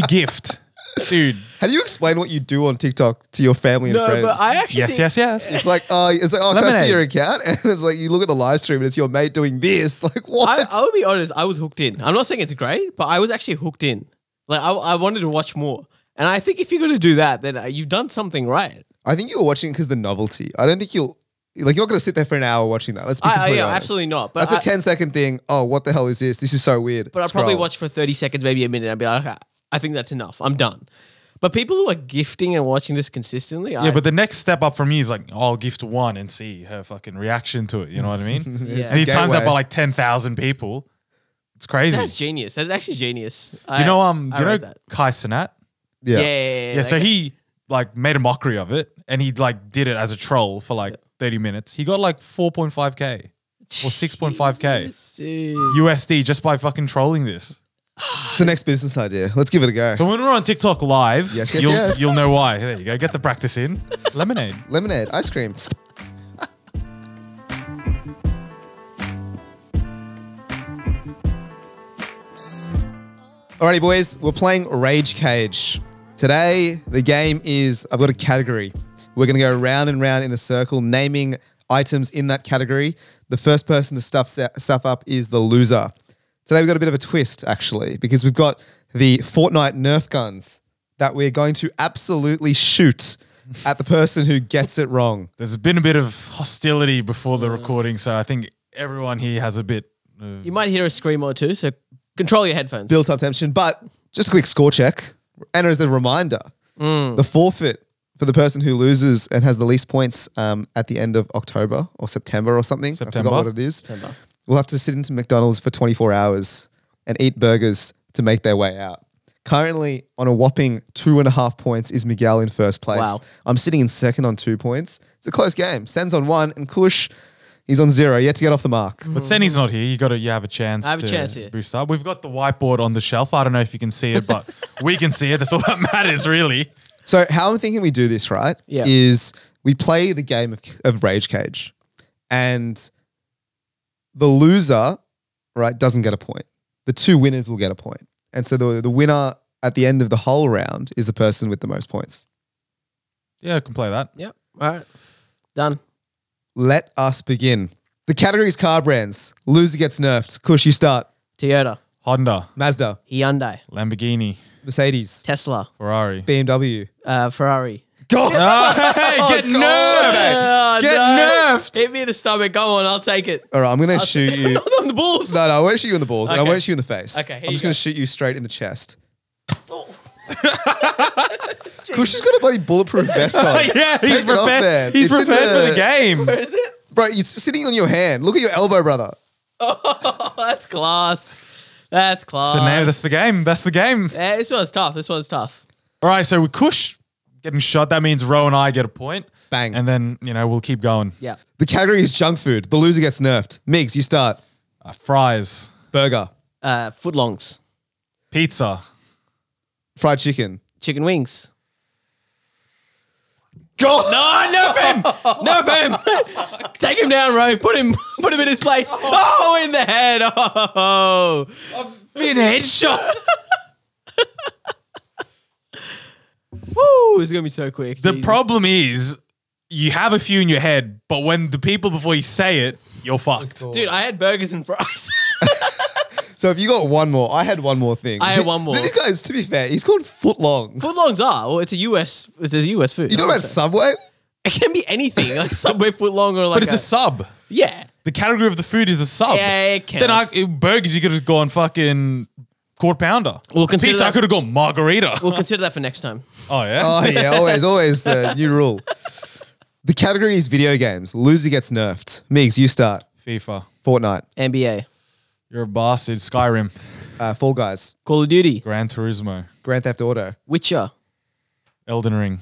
[SPEAKER 3] gift, dude.
[SPEAKER 2] How do you explain what you do on TikTok to your family and
[SPEAKER 1] no,
[SPEAKER 2] friends?
[SPEAKER 1] but I actually
[SPEAKER 3] Yes,
[SPEAKER 1] think,
[SPEAKER 3] yes, yes.
[SPEAKER 2] it's like, uh, it's like, oh, can I
[SPEAKER 3] Lemonade.
[SPEAKER 2] see your account? And it's like you look at the live stream and it's your mate doing this. Like what?
[SPEAKER 1] I, I'll be honest, I was hooked in. I'm not saying it's great, but I was actually hooked in. Like, I, I wanted to watch more. And I think if you're going to do that, then uh, you've done something right.
[SPEAKER 2] I think you were watching because the novelty. I don't think you'll like you're not going to sit there for an hour watching that. Let's be
[SPEAKER 1] I- I-
[SPEAKER 2] completely
[SPEAKER 1] yeah,
[SPEAKER 2] honest.
[SPEAKER 1] absolutely not, but
[SPEAKER 2] That's a
[SPEAKER 1] I-
[SPEAKER 2] 10 second thing. Oh, what the hell is this? This is so weird.
[SPEAKER 1] But I'll probably
[SPEAKER 2] Scroll.
[SPEAKER 1] watch for 30 seconds, maybe a minute. I'd be like, okay, I think that's enough. I'm done. But people who are gifting and watching this consistently,
[SPEAKER 3] Yeah,
[SPEAKER 1] I,
[SPEAKER 3] but the next step up for me is like, oh, I'll gift one and see her fucking reaction to it. You know what I mean?
[SPEAKER 1] It's
[SPEAKER 3] And he
[SPEAKER 2] the
[SPEAKER 3] times that
[SPEAKER 2] gateway.
[SPEAKER 3] by like 10,000 people. It's crazy.
[SPEAKER 1] that's genius. That's actually genius.
[SPEAKER 3] do you know, um, do you know
[SPEAKER 1] that?
[SPEAKER 3] Kai Sinat?
[SPEAKER 1] Yeah,
[SPEAKER 2] Yeah.
[SPEAKER 1] yeah, yeah.
[SPEAKER 3] Yeah, so he like made a mockery of it and he like did it as a troll for like 30 minutes. He got like 4.5K or 6.5K
[SPEAKER 1] Dude.
[SPEAKER 3] USD just by fucking trolling this.
[SPEAKER 2] It's the next business idea. Let's give it a go.
[SPEAKER 3] So when we're on TikTok live,
[SPEAKER 2] Yes, yes,
[SPEAKER 3] you'll,
[SPEAKER 2] yes.
[SPEAKER 3] you'll know why. There you go. Get the practice in. Lemonade.
[SPEAKER 2] Lemonade, ice cream. Alrighty, boys, we're playing Rage Cage. Today, the game is I've got a category. We're going to go round and round in a circle, naming items in that category. The first person to stuff, stuff up is the loser. Today, we've got a bit of a twist, actually, because we've got the Fortnite Nerf guns that we're going to absolutely shoot at the person who gets it wrong.
[SPEAKER 3] There's been a bit of hostility before
[SPEAKER 1] Mm.
[SPEAKER 3] the recording, so I think everyone here has a bit of
[SPEAKER 1] You might hear a scream or two, so control your headphones.
[SPEAKER 2] Built up tension, but Just a quick score check. And as a reminder, the forfeit for the person who loses and has the least points um, at the end of October or September or something. I
[SPEAKER 3] September.
[SPEAKER 2] forgot what it is. We'll have to sit into McDonald's for 24 hours and eat burgers to make their way out. Currently, on a whopping two and a half points, is Miguel in first place.
[SPEAKER 1] Wow.
[SPEAKER 2] I'm sitting in second on two points. It's a close game. Sen's on one, and Kush, he's on zero. Yet to get off the mark.
[SPEAKER 3] But Senny's not here. You got to. You have a chance.
[SPEAKER 1] I have a
[SPEAKER 3] to
[SPEAKER 1] chance here.
[SPEAKER 3] Boost up. We've got the whiteboard on the shelf. I don't know if you can see it, but we can see it. That's all that matters, really.
[SPEAKER 2] So how I'm thinking we do this, right?
[SPEAKER 1] Yeah.
[SPEAKER 2] Is we play the game of, of Rage Cage, and the loser, right, doesn't get a point. The two winners will get a point, and so the the winner at the end of the whole round is the person with the most points.
[SPEAKER 3] Yeah, I can play that.
[SPEAKER 1] Yep. All right. Done.
[SPEAKER 2] Let us begin. The category is car brands. Loser gets nerfed. Kush, you start.
[SPEAKER 1] Toyota,
[SPEAKER 3] Honda,
[SPEAKER 2] Mazda,
[SPEAKER 1] Hyundai,
[SPEAKER 3] Lamborghini,
[SPEAKER 2] Mercedes,
[SPEAKER 1] Tesla,
[SPEAKER 3] Ferrari.
[SPEAKER 2] BMW.
[SPEAKER 1] uh, Ferrari.
[SPEAKER 2] God,
[SPEAKER 3] hey, get
[SPEAKER 2] Oh, God.
[SPEAKER 3] nerfed. Get nerfed.
[SPEAKER 1] Ah, Hit me in the stomach. Go on, I'll take it.
[SPEAKER 2] All right, I'm gonna shoot you.
[SPEAKER 1] Not on the balls.
[SPEAKER 2] No, no, I won't shoot you in the balls, and I
[SPEAKER 1] Okay.
[SPEAKER 2] won't shoot you in the face.
[SPEAKER 1] Okay, here
[SPEAKER 2] I'm
[SPEAKER 1] you
[SPEAKER 2] just going
[SPEAKER 1] go.
[SPEAKER 2] to shoot you straight in the chest. Kush has got a bloody bulletproof vest on.
[SPEAKER 3] Yeah,
[SPEAKER 2] Take
[SPEAKER 3] he's
[SPEAKER 2] it off, man.
[SPEAKER 3] prepared. He's
[SPEAKER 2] It's in
[SPEAKER 3] prepared for the game.
[SPEAKER 1] Where is it?
[SPEAKER 2] Bro, you're sitting on your hand. Look at your elbow, brother.
[SPEAKER 1] Oh, that's class. That's class.
[SPEAKER 3] So now that's the game. That's the game.
[SPEAKER 1] Eh, this one's tough. This one's tough.
[SPEAKER 3] All right, so with Kush getting shot, that means Roe and I get a point.
[SPEAKER 2] Bang.
[SPEAKER 3] And then, you know, we'll keep going.
[SPEAKER 1] Yeah.
[SPEAKER 2] The category is junk food. The loser gets nerfed. Migs, you start.
[SPEAKER 3] Uh, fries,
[SPEAKER 2] Burger,
[SPEAKER 1] Uh, footlongs,
[SPEAKER 3] pizza,
[SPEAKER 2] fried chicken.
[SPEAKER 1] chicken wings.
[SPEAKER 2] God,
[SPEAKER 1] Oh, nerf him! nerf him! Take him down, Ro. Put him, put him in his place. Oh, in the head. Oh, been headshot. Woo! It's gonna be so quick.
[SPEAKER 3] The
[SPEAKER 1] Jesus.
[SPEAKER 3] problem is you have a few in your head, but when the people before you say it, you're fucked.
[SPEAKER 1] dude, I had burgers and fries.
[SPEAKER 2] So if you got one more, I had one more thing.
[SPEAKER 1] I had one more.
[SPEAKER 2] This guy's, to be fair, he's called foot long.
[SPEAKER 1] Footlongs are. Well, it's a US. It's a US food.
[SPEAKER 2] You talking about Subway?
[SPEAKER 1] It can be anything, like Subway footlong or like.
[SPEAKER 3] but it's a sub.
[SPEAKER 1] a, yeah.
[SPEAKER 3] The category of the food is a sub.
[SPEAKER 1] Yeah, it
[SPEAKER 3] Then I,
[SPEAKER 1] counts.
[SPEAKER 3] burgers, you could have gone fucking quarter pounder.
[SPEAKER 1] Well, consider
[SPEAKER 3] Pizza, I
[SPEAKER 1] that-
[SPEAKER 3] could have gone margarita.
[SPEAKER 1] We'll consider that for next time.
[SPEAKER 3] oh, yeah?
[SPEAKER 2] Oh yeah, always, always uh, new rule. The category is video games. Loser gets nerfed. Migs, you start.
[SPEAKER 3] FIFA.
[SPEAKER 2] Fortnite,
[SPEAKER 1] NBA,
[SPEAKER 3] You're a bastard. Skyrim.
[SPEAKER 2] uh, Fall Guys,
[SPEAKER 1] Call of Duty,
[SPEAKER 3] Gran Turismo.
[SPEAKER 2] Grand Theft Auto,
[SPEAKER 1] Witcher,
[SPEAKER 3] Elden Ring.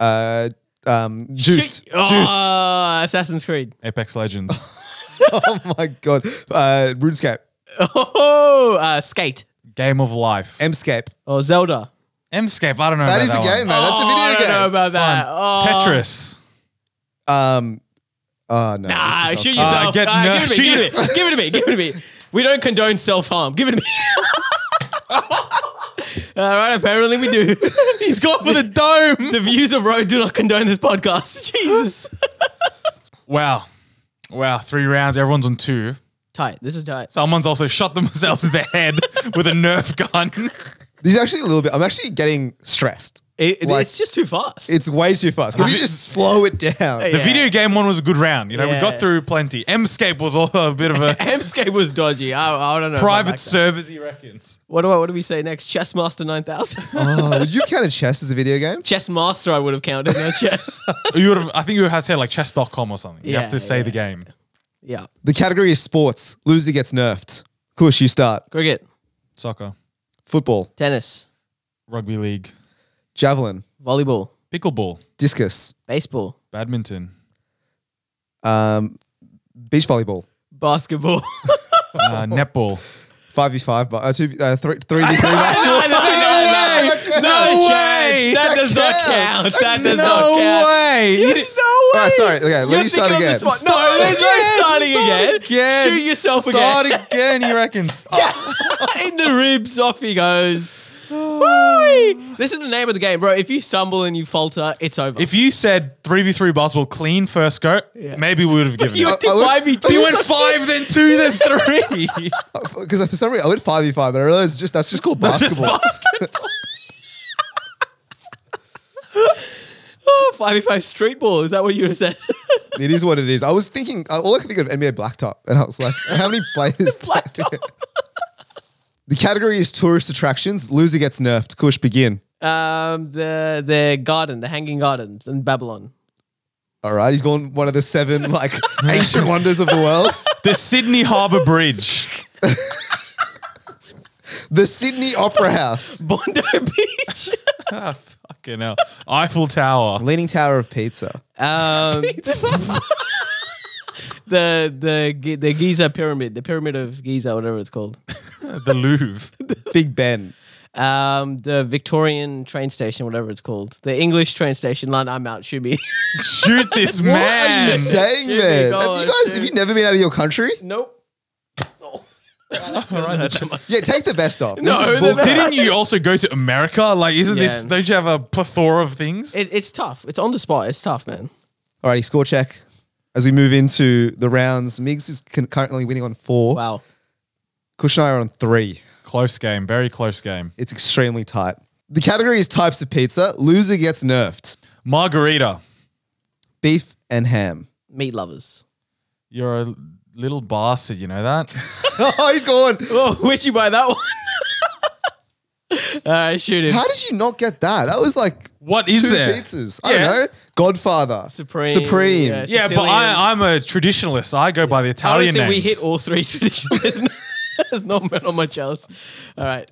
[SPEAKER 2] uh, um, Juiced,
[SPEAKER 1] Shit.
[SPEAKER 2] Juiced.
[SPEAKER 1] Ah, Assassin's Creed.
[SPEAKER 3] Apex Legends.
[SPEAKER 2] Oh my god, uh, RuneScape,
[SPEAKER 1] Oh, uh, Skate.
[SPEAKER 3] game of Life.
[SPEAKER 2] Mscape.
[SPEAKER 1] Oh, Zelda.
[SPEAKER 3] Mscape. I don't know.
[SPEAKER 2] That
[SPEAKER 3] about
[SPEAKER 2] is a
[SPEAKER 3] one.
[SPEAKER 2] game, man. That's
[SPEAKER 1] oh, I
[SPEAKER 2] a
[SPEAKER 1] don't know
[SPEAKER 2] video game.
[SPEAKER 1] about that. Oh.
[SPEAKER 3] Tetris.
[SPEAKER 2] Um, oh no.
[SPEAKER 1] Ah,
[SPEAKER 2] this is
[SPEAKER 1] shoot
[SPEAKER 2] not-
[SPEAKER 1] yourself.
[SPEAKER 3] Uh, get
[SPEAKER 1] Ah,
[SPEAKER 3] no-
[SPEAKER 1] give, it to me, give it to me. Give it to me. Give it to me. We don't condone self harm. Give it to me. All right, apparently we do. He's gone for the dome. The views of Road do not condone this podcast. Jesus.
[SPEAKER 3] Wow. Wow. Three rounds. Everyone's on two.
[SPEAKER 1] tight. This is tight.
[SPEAKER 3] Someone's also shot themselves in the head with a Nerf gun.
[SPEAKER 2] This is actually a little bit. I'm actually getting stressed.
[SPEAKER 1] It, it-
[SPEAKER 2] Like-
[SPEAKER 1] it's just too fast.
[SPEAKER 2] It's way too fast. Can we just slow it down?
[SPEAKER 3] The
[SPEAKER 1] Yeah.
[SPEAKER 3] video game one was a good round. You know, we
[SPEAKER 1] Yeah.
[SPEAKER 3] got through plenty. Mscape was also a bit of a
[SPEAKER 1] Amscape was dodgy. I, I don't know. if I
[SPEAKER 3] private
[SPEAKER 1] like that.
[SPEAKER 3] servers, he reckons.
[SPEAKER 1] What do I? What do we say next? Chessmaster nine thousand.
[SPEAKER 2] Oh, would you count a chess as a video game?
[SPEAKER 1] Chessmaster, I would have counted. No chess.
[SPEAKER 3] You would have, I think you would have to say like chess.com or something. You
[SPEAKER 1] Yeah,
[SPEAKER 3] have to say
[SPEAKER 1] yeah.
[SPEAKER 3] the game.
[SPEAKER 1] yeah.
[SPEAKER 2] The category is sports. Loser gets nerfed. Kush, you start.
[SPEAKER 1] Cricket,
[SPEAKER 3] Soccer,
[SPEAKER 2] Football,
[SPEAKER 1] tennis,
[SPEAKER 3] rugby league,
[SPEAKER 2] javelin,
[SPEAKER 1] volleyball,
[SPEAKER 3] pickleball,
[SPEAKER 2] discus,
[SPEAKER 1] baseball,
[SPEAKER 3] badminton,
[SPEAKER 2] um, beach volleyball,
[SPEAKER 1] basketball.
[SPEAKER 3] uh, netball.
[SPEAKER 2] five v five, uh, two, uh, three, three v three basketball.
[SPEAKER 1] no,
[SPEAKER 3] way!
[SPEAKER 1] chance. That,
[SPEAKER 2] That
[SPEAKER 1] does not
[SPEAKER 2] counts.
[SPEAKER 1] count. That does
[SPEAKER 3] No
[SPEAKER 1] not count.
[SPEAKER 3] way! You did-
[SPEAKER 1] There's no way.
[SPEAKER 2] Alright, sorry. Okay, let
[SPEAKER 1] You're
[SPEAKER 2] me start
[SPEAKER 1] thinking on
[SPEAKER 2] again.
[SPEAKER 1] the spot. No, there's no starting again. Shoot yourself
[SPEAKER 3] Start
[SPEAKER 1] again.
[SPEAKER 3] again, he reckons.
[SPEAKER 1] In the ribs, off he goes. Whee! This is the name of the game, bro. If you stumble and you falter, it's over.
[SPEAKER 3] If you said 3v3 basketball clean first go, maybe we would have given
[SPEAKER 1] you
[SPEAKER 3] it.
[SPEAKER 1] went
[SPEAKER 2] I
[SPEAKER 1] to
[SPEAKER 2] would-
[SPEAKER 1] five v two,
[SPEAKER 2] You
[SPEAKER 3] went five, then two, then three.
[SPEAKER 2] Because for some reason I went five v five, but I realized just that's just called
[SPEAKER 3] Just
[SPEAKER 2] basketball.
[SPEAKER 3] basket.
[SPEAKER 1] Oh, five v five street ball. Is that what you would have said?
[SPEAKER 2] it is what it is. I was thinking, uh, all I could think of NBA blacktop, and I was like, how many players?
[SPEAKER 1] Blacktop.
[SPEAKER 2] The category is tourist attractions. Loser gets nerfed. Kush, begin.
[SPEAKER 1] Um, the the garden, the Hanging Gardens in Babylon.
[SPEAKER 2] All right, he's gone one of the seven like ancient wonders of the world.
[SPEAKER 3] The Sydney Harbour Bridge.
[SPEAKER 2] The Sydney Opera House.
[SPEAKER 1] Bondi Beach.
[SPEAKER 3] Ah, fucking hell. Eiffel Tower.
[SPEAKER 2] Leaning Tower of Pizza.
[SPEAKER 1] Um, the the Gi- the Giza pyramid, the pyramid of Giza, whatever it's called.
[SPEAKER 3] The Louvre.
[SPEAKER 2] Big Ben.
[SPEAKER 1] Um, the Victorian train station, whatever it's called. The English train station. Line I'm out. Shoot me.
[SPEAKER 3] Shoot this
[SPEAKER 2] What
[SPEAKER 3] man.
[SPEAKER 2] are you saying,
[SPEAKER 1] Jimmy,
[SPEAKER 2] man?
[SPEAKER 1] go
[SPEAKER 2] Have
[SPEAKER 1] on,
[SPEAKER 2] you guys have
[SPEAKER 1] Jimmy.
[SPEAKER 2] you never been out of your country?
[SPEAKER 1] nope.
[SPEAKER 2] Yeah, take the best off. This
[SPEAKER 1] No,
[SPEAKER 2] is bull-
[SPEAKER 1] no, no.
[SPEAKER 3] Didn't you also go to America? Like, isn't
[SPEAKER 1] Yeah.
[SPEAKER 3] this? Don't you have a plethora of things?
[SPEAKER 1] It, it's tough. It's on the spot. It's tough, man.
[SPEAKER 2] Alrighty, score check. As we move into the rounds, Miggs is con- currently winning on four.
[SPEAKER 1] Wow.
[SPEAKER 2] Kush and I are on three.
[SPEAKER 3] close game. Very close game.
[SPEAKER 2] It's extremely tight. The category is types of pizza. Loser gets nerfed.
[SPEAKER 3] Margarita.
[SPEAKER 2] Beef and ham.
[SPEAKER 1] Meat lovers.
[SPEAKER 3] You're a little bastard. You know that.
[SPEAKER 2] oh, he's gone.
[SPEAKER 1] Oh, where'd you buy that one? All right, shoot him.
[SPEAKER 2] How did you not get that? That was like
[SPEAKER 3] What is
[SPEAKER 2] two
[SPEAKER 3] there?
[SPEAKER 2] pizzas. I
[SPEAKER 3] Yeah.
[SPEAKER 2] don't know. Godfather.
[SPEAKER 1] Supreme,
[SPEAKER 2] Supreme.
[SPEAKER 1] yes.
[SPEAKER 3] Yeah, but I, I'm a traditionalist. I go by the Italian
[SPEAKER 1] Honestly,
[SPEAKER 3] names.
[SPEAKER 1] we hit all three traditional. There's no- There's not meant on much else. All right.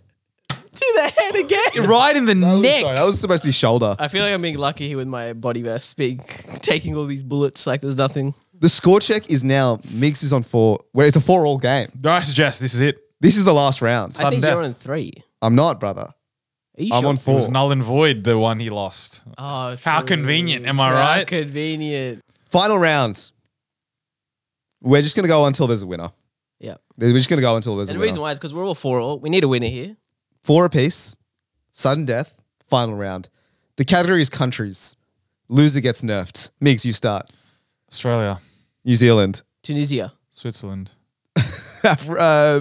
[SPEAKER 1] To the head again.
[SPEAKER 3] right in the
[SPEAKER 2] Oh,
[SPEAKER 3] neck.
[SPEAKER 2] Sorry, that was supposed to be shoulder.
[SPEAKER 1] I feel like I'm being lucky here with my body vest, being taking all these bullets like there's nothing.
[SPEAKER 2] The score check is now Miggs is on four. Where it's a four all game.
[SPEAKER 3] I suggest this is it.
[SPEAKER 2] This is the last round.
[SPEAKER 1] I think
[SPEAKER 3] death.
[SPEAKER 1] you're on three.
[SPEAKER 2] I'm not, brother.
[SPEAKER 1] Are you
[SPEAKER 2] I'm
[SPEAKER 1] sure?
[SPEAKER 2] on
[SPEAKER 3] It
[SPEAKER 2] four.
[SPEAKER 3] was null and void, the one he lost.
[SPEAKER 1] Oh,
[SPEAKER 3] How
[SPEAKER 1] true.
[SPEAKER 3] convenient, am I
[SPEAKER 1] How
[SPEAKER 3] right?
[SPEAKER 1] convenient.
[SPEAKER 2] Final round. We're just gonna go until there's a winner.
[SPEAKER 1] Yeah.
[SPEAKER 2] We're just gonna go until there's
[SPEAKER 1] And
[SPEAKER 2] a
[SPEAKER 1] the
[SPEAKER 2] winner.
[SPEAKER 1] reason why is because we're all four all. We need a winner here.
[SPEAKER 2] Four apiece. Sudden death. Final round. The category is countries. Loser gets nerfed. Miggs, you start.
[SPEAKER 3] Australia,
[SPEAKER 2] New Zealand.
[SPEAKER 1] Tunisia.
[SPEAKER 3] Switzerland.
[SPEAKER 2] uh,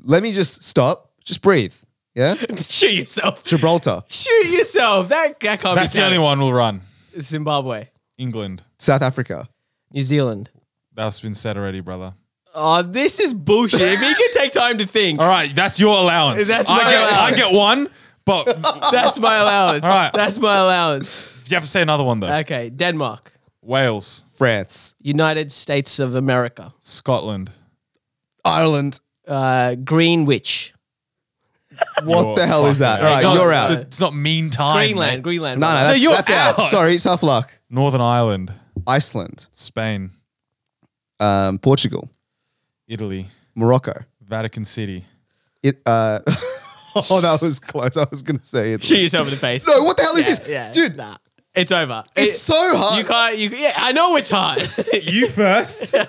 [SPEAKER 2] let me just stop. Just breathe. Yeah.
[SPEAKER 1] Shoot yourself.
[SPEAKER 2] Gibraltar.
[SPEAKER 1] Shoot yourself. That, that can't
[SPEAKER 3] That's
[SPEAKER 1] be
[SPEAKER 3] the only one we'll run.
[SPEAKER 1] one. Zimbabwe.
[SPEAKER 3] England.
[SPEAKER 2] South Africa.
[SPEAKER 1] New Zealand.
[SPEAKER 3] That's been said already, brother.
[SPEAKER 1] Oh, this is bullshit. if he can take time to think,
[SPEAKER 3] All right, that's your allowance.
[SPEAKER 1] That's
[SPEAKER 3] I
[SPEAKER 1] my
[SPEAKER 3] get,
[SPEAKER 1] allowance.
[SPEAKER 3] I get one, but
[SPEAKER 1] that's my allowance.
[SPEAKER 3] right.
[SPEAKER 1] That's my allowance.
[SPEAKER 3] you have to say another one though.
[SPEAKER 1] Okay, Denmark,
[SPEAKER 3] Wales,
[SPEAKER 2] France.
[SPEAKER 1] United States of America,
[SPEAKER 3] Scotland.
[SPEAKER 2] Ireland.
[SPEAKER 1] uh, Greenwich,
[SPEAKER 2] What
[SPEAKER 3] You're
[SPEAKER 2] the hell is that?
[SPEAKER 3] fucking
[SPEAKER 2] All right,
[SPEAKER 3] out. It's not-
[SPEAKER 2] you're out.
[SPEAKER 1] the-
[SPEAKER 3] It's not mean time.
[SPEAKER 1] Greenland,
[SPEAKER 3] mate.
[SPEAKER 1] Greenland.
[SPEAKER 2] No, no, that's,
[SPEAKER 3] you're
[SPEAKER 2] that's out.
[SPEAKER 3] out.
[SPEAKER 2] Sorry, tough luck.
[SPEAKER 3] Northern Ireland,
[SPEAKER 2] Iceland,
[SPEAKER 3] Spain,
[SPEAKER 2] um, Portugal,
[SPEAKER 3] Italy,
[SPEAKER 2] Morocco.
[SPEAKER 3] Vatican City.
[SPEAKER 2] It. Uh, oh, that was close. I was gonna say it.
[SPEAKER 1] shoot yourself in the face.
[SPEAKER 2] No, what the hell is
[SPEAKER 1] Yeah,
[SPEAKER 2] this,
[SPEAKER 1] yeah,
[SPEAKER 2] dude?
[SPEAKER 1] Nah, it's over.
[SPEAKER 2] It's
[SPEAKER 1] It-
[SPEAKER 2] so hard.
[SPEAKER 1] you can't. You yeah, I know it's hard.
[SPEAKER 3] You first.
[SPEAKER 1] Okay.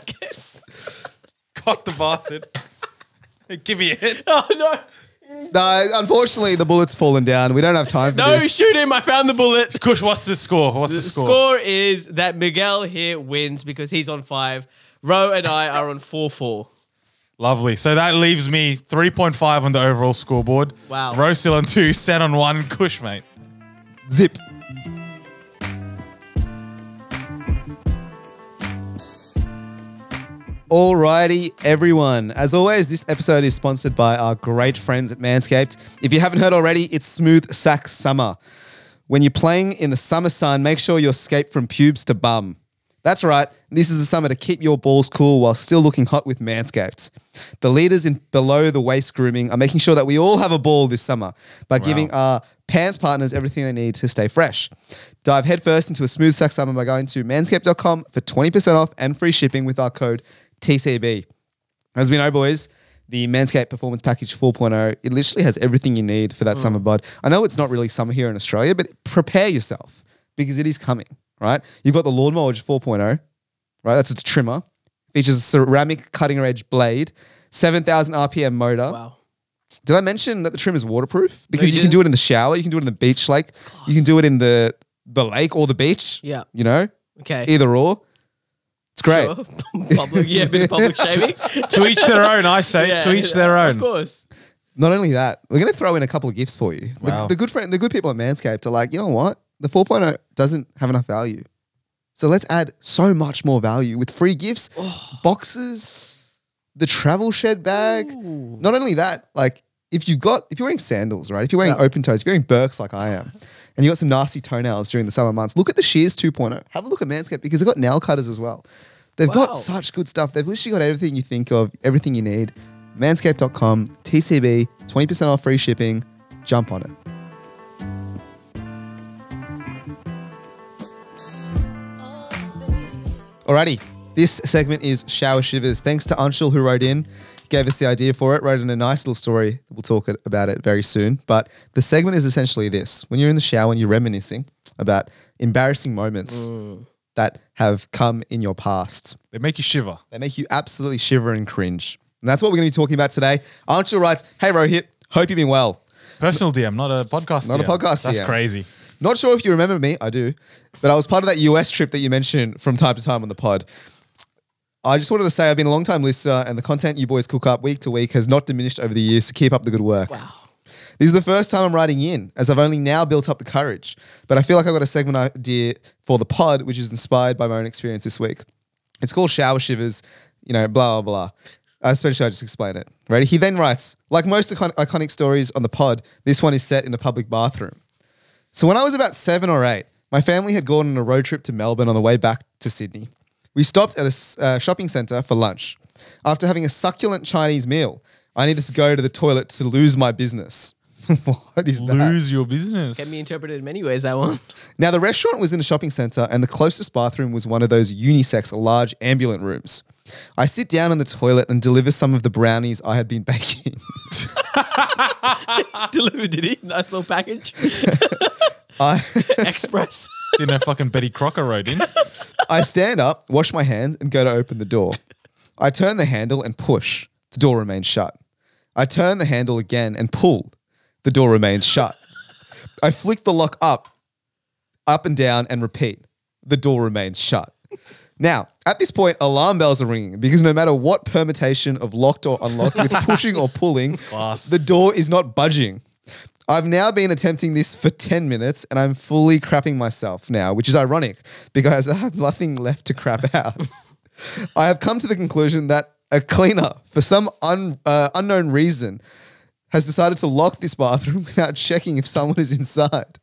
[SPEAKER 3] Cock the bastard. Give me a hit.
[SPEAKER 1] oh no.
[SPEAKER 2] No, unfortunately, the bullet's fallen down. We don't have time for
[SPEAKER 1] No,
[SPEAKER 2] this.
[SPEAKER 1] shoot him! I found the bullet.
[SPEAKER 3] Kush, what's the score? What's the,
[SPEAKER 1] The
[SPEAKER 3] score?
[SPEAKER 1] score is that Miguel here wins because he's on five. Roe and I are on four four.
[SPEAKER 3] Lovely. So that leaves me 3.5 on the overall scoreboard.
[SPEAKER 1] Wow.
[SPEAKER 3] Row still on two, set on one. Kush, mate.
[SPEAKER 2] Zip. Alrighty, everyone. As always, this episode is sponsored by our great friends at Manscaped. If you haven't heard already, it's Smooth Sack Summer. When you're playing in the summer sun, make sure you're escaped from pubes to bum. That's right, this is the summer to keep your balls cool while still looking hot with Manscaped. The leaders in below the waist grooming are making sure that we all have a ball this summer by giving our pants partners everything they need to stay fresh. Dive headfirst into a smooth sack summer by going to manscaped.com for 20% off and free shipping with our code TCB. As we know, boys, the Manscaped Performance Package 4.0, it literally has everything you need for that
[SPEAKER 1] Mm.
[SPEAKER 2] summer bod. I know it's not really summer here in Australia, but prepare yourself because it is coming, right? You've got the Lawnmower 4.0, oh, right? That's its trimmer. Features a ceramic cutting edge blade, 7,000 RPM motor.
[SPEAKER 1] Wow.
[SPEAKER 2] Did I mention that the trim is waterproof? Because
[SPEAKER 1] you
[SPEAKER 2] you can
[SPEAKER 1] didn't.
[SPEAKER 2] do it in the shower, you can do it in the beach lake, you can do it in the, the lake or the beach.
[SPEAKER 1] Yeah.
[SPEAKER 2] You know,
[SPEAKER 1] Okay.
[SPEAKER 2] either or. It's great.
[SPEAKER 1] public, yeah, bit of public shaming.
[SPEAKER 3] To each their own, I say.
[SPEAKER 1] Yeah,
[SPEAKER 3] to each their
[SPEAKER 1] Of
[SPEAKER 3] own.
[SPEAKER 1] course.
[SPEAKER 2] Not only that, we're going to throw in a couple of gifts for you. The-
[SPEAKER 3] Wow.
[SPEAKER 2] The, good friend, the good people at Manscaped are like, you know what? The 4.0 doesn't have enough value. So let's add so much more value with free gifts, boxes, the travel shed bag. Not only that, like if you've got if you're wearing sandals, right? If you're wearing open toes, if you're wearing Birks like I am, and you got some nasty toenails during the summer months, look at the Shears 2.0. Have a look at Manscaped because they've got nail cutters as well. They've
[SPEAKER 1] Wow.
[SPEAKER 2] got such good stuff. They've literally got everything you think of, everything you need. Manscaped.com, TCB, 20% off free shipping. Jump on it. Alrighty. This segment is Shower Shivers. Thanks to Anshul who wrote in, gave us the idea for it, wrote in a nice little story. We'll talk it- about it very soon. But the segment is essentially this when you're in the shower and you're reminiscing about embarrassing moments that have come in your past.
[SPEAKER 3] They make you shiver.
[SPEAKER 2] They make you absolutely shiver and cringe. And that's what we're going to be talking about today. Anshul writes, Hey Rohit, hope you've been well.
[SPEAKER 3] Personal DM, not a podcast.
[SPEAKER 2] Not a
[SPEAKER 3] DM.
[SPEAKER 2] podcast
[SPEAKER 3] That's
[SPEAKER 2] DM.
[SPEAKER 3] crazy.
[SPEAKER 2] Not sure if you remember me, I do, but I was part of that US trip that you mentioned from time to time on the pod. I just wanted to say I've been a long time listener, and the content you boys cook up week to week has not diminished over the years. So keep up the good work. Wow. This is the first time I'm writing in, as I've only now built up the courage. But I feel like I've got a segment idea for the pod, which is inspired by my own experience this week. It's called Shower Shivers, you know, blah, blah, blah. Uh, especially, I just explain it. Ready? He then writes, like most icon- iconic stories on the pod, this one is set in a public bathroom. So when I was about seven or eight, my family had gone on a road trip to Melbourne on the way back to Sydney. We stopped at a s- uh, shopping centre for lunch. After having a succulent Chinese meal, I needed to go to the toilet to lose my business. what is that?
[SPEAKER 3] Lose your business.
[SPEAKER 1] Can be interpreted in many ways, that one.
[SPEAKER 2] Now, the restaurant was in a shopping center, and the closest bathroom was one of those unisex large ambulant rooms. I sit down on the toilet and deliver some of the brownies I had been baking.
[SPEAKER 1] Delivered, did he? Nice little package.
[SPEAKER 2] I,
[SPEAKER 1] Express.
[SPEAKER 3] Didn't know fucking Betty Crocker rode in.
[SPEAKER 2] I stand up, wash my hands, and go to open the door. I turn the handle and push. The door remains shut. I turn the handle again and pull. The door remains shut. I flick the lock up, up and down, and repeat. The door remains shut. Now, at this point, alarm bells are ringing because no matter what permutation of locked or unlocked with pushing or pulling,
[SPEAKER 3] class.
[SPEAKER 2] the door is not budging. I've now been attempting this for 10 minutes and I'm fully crapping myself now, which is ironic because I have nothing left to crap out. I have come to the conclusion that a cleaner, for some un, uh, unknown reason, has decided to lock this bathroom without checking if someone is inside.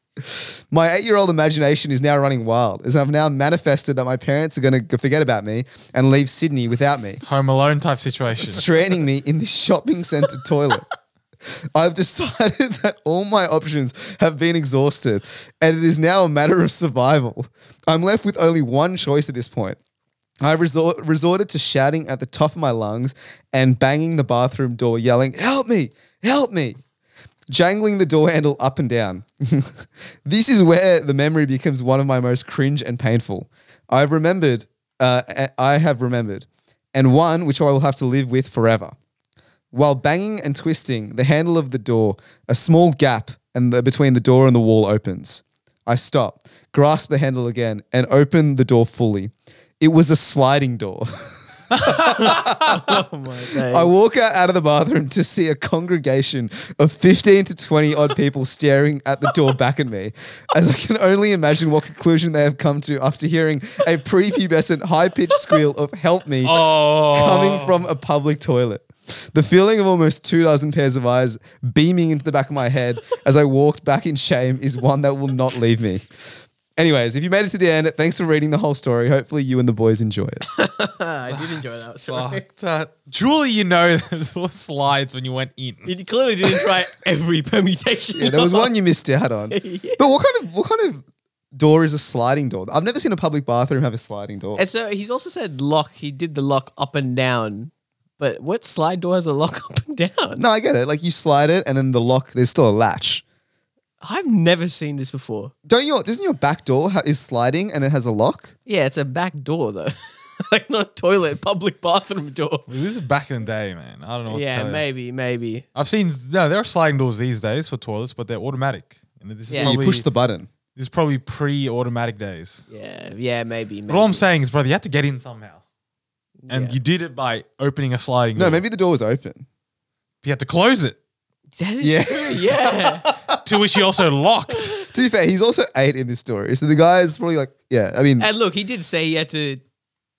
[SPEAKER 2] My eight year old imagination is now running wild as I've now manifested that my parents are going to forget about me and leave Sydney without me
[SPEAKER 3] Home Alone type situation.
[SPEAKER 2] stranding me in this shopping center toilet. I've decided that all my options have been exhausted and it is now a matter of survival. I'm left with only one choice at this point. I resort, resorted to shouting at the top of my lungs and banging the bathroom door, yelling, Help me! Help me! Jangling the door handle up and down. this is where the memory becomes one of my most cringe and painful. I've remembered, uh, a- I have remembered, and one which I will have to live with forever. While banging and twisting the handle of the door, a small gap and the, between the door and the wall opens. I stop, grasp the handle again, and open the door fully. It was a sliding door.
[SPEAKER 1] Oh my
[SPEAKER 2] I
[SPEAKER 1] god.
[SPEAKER 2] walk out, out of the bathroom to see a congregation of 15 to 20 odd people staring at the door back at me, as I can only imagine what conclusion they have come to after hearing a prepubescent high pitched squeal of help me
[SPEAKER 3] Oh,
[SPEAKER 2] coming from a public toilet. The feeling of almost two dozen pairs of eyes beaming into the back of my head as I walked back in shame is one that will not leave me. Anyways, if you made it to the end, thanks for reading the whole story. Hopefully, you and the boys enjoy it.
[SPEAKER 1] I did enjoy that. Sorry.
[SPEAKER 3] fuck that. Surely you know the slides when you went in.
[SPEAKER 1] You clearly didn't try every permutation.
[SPEAKER 2] Yeah, there was one you missed out on. But what kind of what kind of door is a sliding door? I've never seen a public bathroom have a sliding door.
[SPEAKER 1] And so he's also said lock. He did the lock up and down. But what slide door has a lock up and down?
[SPEAKER 2] No, I get it. Like you slide it, and then the lock. There's still a latch.
[SPEAKER 1] I've never seen this before.
[SPEAKER 2] Don't your doesn't your back door ha- is sliding and it has a lock?
[SPEAKER 1] Yeah, it's a back door though. like not a toilet, public bathroom door.
[SPEAKER 3] This is back in the day, man. I don't know. What to
[SPEAKER 1] yeah,
[SPEAKER 3] tell you.
[SPEAKER 1] maybe, maybe.
[SPEAKER 3] I've seen no. There are sliding doors these days for toilets, but they're automatic. And this is
[SPEAKER 1] Yeah.
[SPEAKER 2] You
[SPEAKER 3] probably
[SPEAKER 2] push the button.
[SPEAKER 3] this is probably pre-automatic days.
[SPEAKER 1] Yeah, yeah, maybe. maybe.
[SPEAKER 3] But all I'm saying is, brother, you had to get in somehow, and
[SPEAKER 1] Yeah.
[SPEAKER 3] you did it by opening a sliding.
[SPEAKER 2] No,
[SPEAKER 3] door.
[SPEAKER 2] maybe the door was open.
[SPEAKER 3] you had to close it.
[SPEAKER 1] That is
[SPEAKER 2] Yeah.
[SPEAKER 1] true, yeah.
[SPEAKER 3] to which he also locked.
[SPEAKER 2] To be fair, he's also eight in this story. So the guy is probably like, yeah, I mean,
[SPEAKER 1] and look, he did say he had to